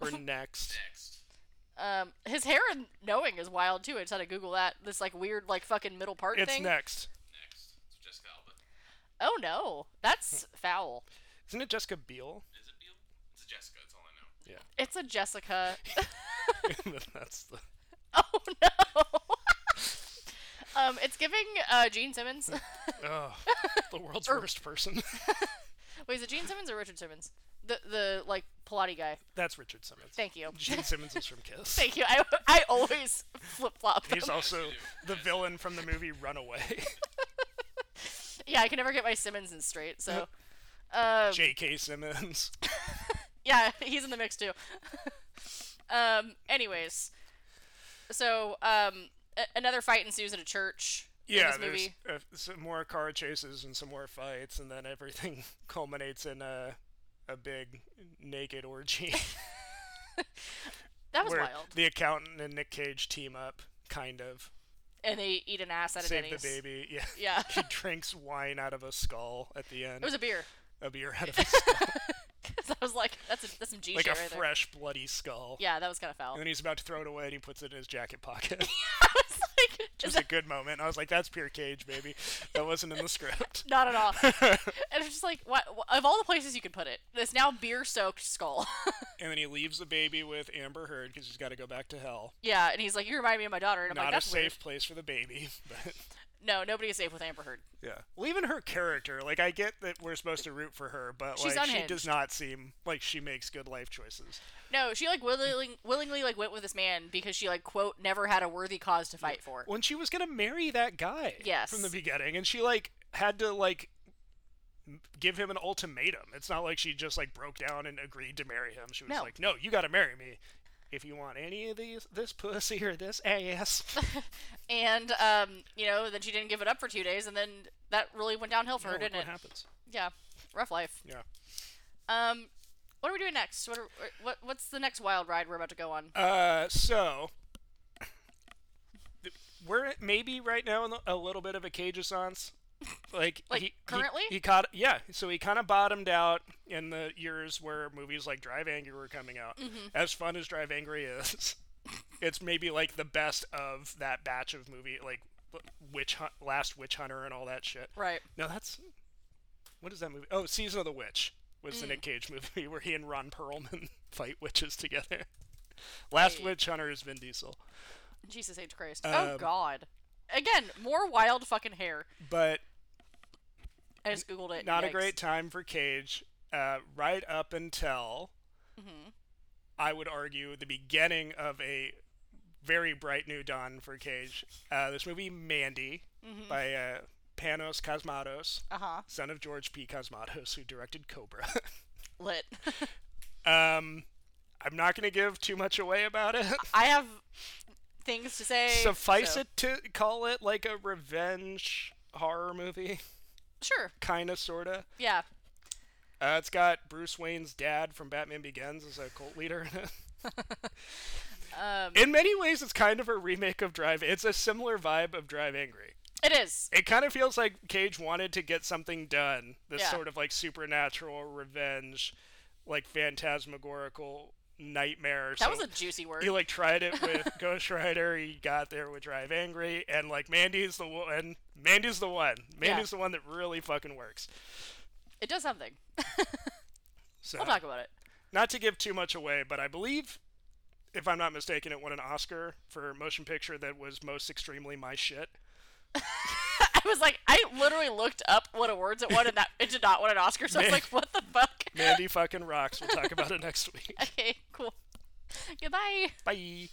Speaker 1: Or next?
Speaker 3: Next.
Speaker 2: Um, his hair in Knowing is wild too. I just had to Google that. This like weird like fucking middle part
Speaker 1: It's
Speaker 2: thing.
Speaker 1: next.
Speaker 3: Next. It's Jessica Alba.
Speaker 2: Oh no, that's foul.
Speaker 1: Isn't it Jessica Biel?
Speaker 3: *laughs*
Speaker 1: *laughs*
Speaker 3: Is it Beale? It's a Jessica. That's all I know.
Speaker 1: Yeah,
Speaker 2: It's a Jessica.
Speaker 1: that's the.
Speaker 2: *laughs* oh no. um, it's giving uh, Gene Simmons. *laughs*
Speaker 1: Oh, the world's worst person. *laughs*
Speaker 2: Wait, is it Gene Simmons or Richard Simmons? The the like Pilate guy.
Speaker 1: That's Richard Simmons.
Speaker 2: Thank you.
Speaker 1: *laughs* Gene Simmons is from Kiss.
Speaker 2: Thank you. I, I always flip flop.
Speaker 1: He's also
Speaker 3: you
Speaker 1: the
Speaker 3: do.
Speaker 1: villain from the movie
Speaker 3: *laughs*
Speaker 1: *laughs* Runaway.
Speaker 2: Yeah, I can never get my Simmons in straight. So, um,
Speaker 1: J.K.
Speaker 2: *laughs*
Speaker 1: Simmons.
Speaker 2: yeah, *laughs* he's in the mix too. um, anyways, so um, a- another fight ensues in a church. in
Speaker 1: Yeah,
Speaker 2: this
Speaker 1: there's
Speaker 2: movie.
Speaker 1: uh, some more car chases and some more fights, and then everything *laughs* culminates in a a big naked
Speaker 2: *laughs*
Speaker 1: orgy
Speaker 2: that was
Speaker 1: where
Speaker 2: wild.
Speaker 1: the accountant and Nick Cage team up, kind of
Speaker 2: And they eat an ass out of
Speaker 1: save
Speaker 2: Denny's.
Speaker 1: the baby.
Speaker 2: *laughs*
Speaker 1: Yeah, *laughs*
Speaker 2: Yeah,
Speaker 1: he drinks wine out of a skull at the end.
Speaker 2: it was a beer. *laughs*
Speaker 1: a beer out of a skull,
Speaker 2: 'Cause I was like, that's a, that's some G
Speaker 1: like a
Speaker 2: shit right there.
Speaker 1: fresh bloody skull.
Speaker 2: Yeah, that was kind of foul.
Speaker 1: And
Speaker 2: *laughs*
Speaker 1: then he's about to throw it away, and he puts it in his jacket pocket. *laughs*
Speaker 2: I was like,
Speaker 1: It was a good moment. I was like, "That's pure Cage, baby." That wasn't in the
Speaker 2: *laughs*
Speaker 1: script.
Speaker 2: *laughs* not at all. and it's just like, what, what- of all the places you could put it, this now beer-soaked skull. *laughs*
Speaker 1: And then he leaves the baby with Amber Heard because he's got to go back to hell.
Speaker 2: yeah, and he's like, you remind me of Oh my daughter, and I'm
Speaker 1: Not
Speaker 2: like,
Speaker 1: a
Speaker 2: that's
Speaker 1: safe place for the baby, *laughs* but
Speaker 2: weird. No, nobody is safe with Amber Heard.
Speaker 1: yeah. Well, even her character, like I get that we're supposed to root for her, but
Speaker 2: She's
Speaker 1: like she
Speaker 2: unhinged.
Speaker 1: does not seem like she makes good life choices.
Speaker 2: No, she like willingly, willingly like went with this man because she like quote never had a worthy cause to fight for.
Speaker 1: When she was gonna marry that guy,
Speaker 2: Yes.
Speaker 1: from the beginning, and she like had to like m- give him an ultimatum. It's not like she just like broke down and agreed to marry him. She was
Speaker 2: No.
Speaker 1: like, "No, you got to marry me." If you want any of these, this pussy or this ass,
Speaker 2: *laughs* And um, you know, then she didn't give it up for two days, and then that really went downhill for
Speaker 1: Oh,
Speaker 2: her,
Speaker 1: look
Speaker 2: didn't
Speaker 1: what
Speaker 2: it?
Speaker 1: happens?
Speaker 2: Yeah, rough life.
Speaker 1: Yeah.
Speaker 2: Um, what are we doing next? What, are, what what's the next wild ride we're about to go on?
Speaker 1: Uh, so th- we're at- maybe right now in the- a little bit of a cage assance. Like,
Speaker 2: Like,
Speaker 1: he, he-
Speaker 2: currently?
Speaker 1: he, caught yeah. So he kind of bottomed out in the years where movies like Drive Angry were coming out.
Speaker 2: Mm-hmm.
Speaker 1: As fun as Drive Angry is, *laughs* it's maybe like the best of that batch of movie, like Witch Hunt, Last Witch Hunter, and all that shit.
Speaker 2: Right.
Speaker 1: No, that's what is that movie? Oh, Season of the Witch was the Nick Cage *laughs* movie where he and Ron Perlman *laughs* fight witches together. Last
Speaker 2: Hey.
Speaker 1: Witch Hunter is Vin Diesel,
Speaker 2: Jesus H Christ. oh
Speaker 1: Um,
Speaker 2: God. Again, more wild fucking hair.
Speaker 1: but
Speaker 2: I just googled it.
Speaker 1: not a
Speaker 2: Yikes.
Speaker 1: great time for Cage. Uh, right up until I would argue the beginning of a very bright new dawn for Cage. Uh, this movie Mandy by uh, Panos Cosmatos,
Speaker 2: Uh-huh.
Speaker 1: son of George P. Cosmatos, who directed Cobra. *laughs*
Speaker 2: Lit. *laughs*
Speaker 1: Um, I'm not going to give too much away about it.
Speaker 2: I have things to
Speaker 1: *laughs*
Speaker 2: say.
Speaker 1: Suffice
Speaker 2: so-
Speaker 1: it to call it like a revenge horror movie, *laughs*
Speaker 2: Sure.
Speaker 1: kind of, sort of.
Speaker 2: Yeah.
Speaker 1: Uh, it's got Bruce Wayne's dad from Batman Begins as a cult leader. *laughs* in it.
Speaker 2: Um,
Speaker 1: in many ways, it's kind of a remake of Drive. It's a similar vibe of Drive Angry.
Speaker 2: it is.
Speaker 1: It kind of feels like Cage wanted to get something done. This
Speaker 2: Yeah.
Speaker 1: sort of like supernatural revenge, like phantasmagorical nightmare.
Speaker 2: That
Speaker 1: so-
Speaker 2: was a juicy word.
Speaker 1: he like tried it with Ghost Rider. He got there with Drive Angry, and like Mandy's the one. Mandy's the one. Mandy's the one that really fucking works.
Speaker 2: It does something.
Speaker 1: So
Speaker 2: We'll talk about it. *laughs*
Speaker 1: not to give too much away, but I believe, if I'm not mistaken, it won an Oscar for motion picture that was most extremely my shit.
Speaker 2: I was like, I literally looked up what awards it won, and that it did not win an
Speaker 1: *laughs*
Speaker 2: Oscar. So I was
Speaker 1: Man.
Speaker 2: like, what the fuck? *laughs*
Speaker 1: Mandy fucking rocks. We'll talk about it next week.
Speaker 2: okay, cool. Goodbye.
Speaker 1: Bye.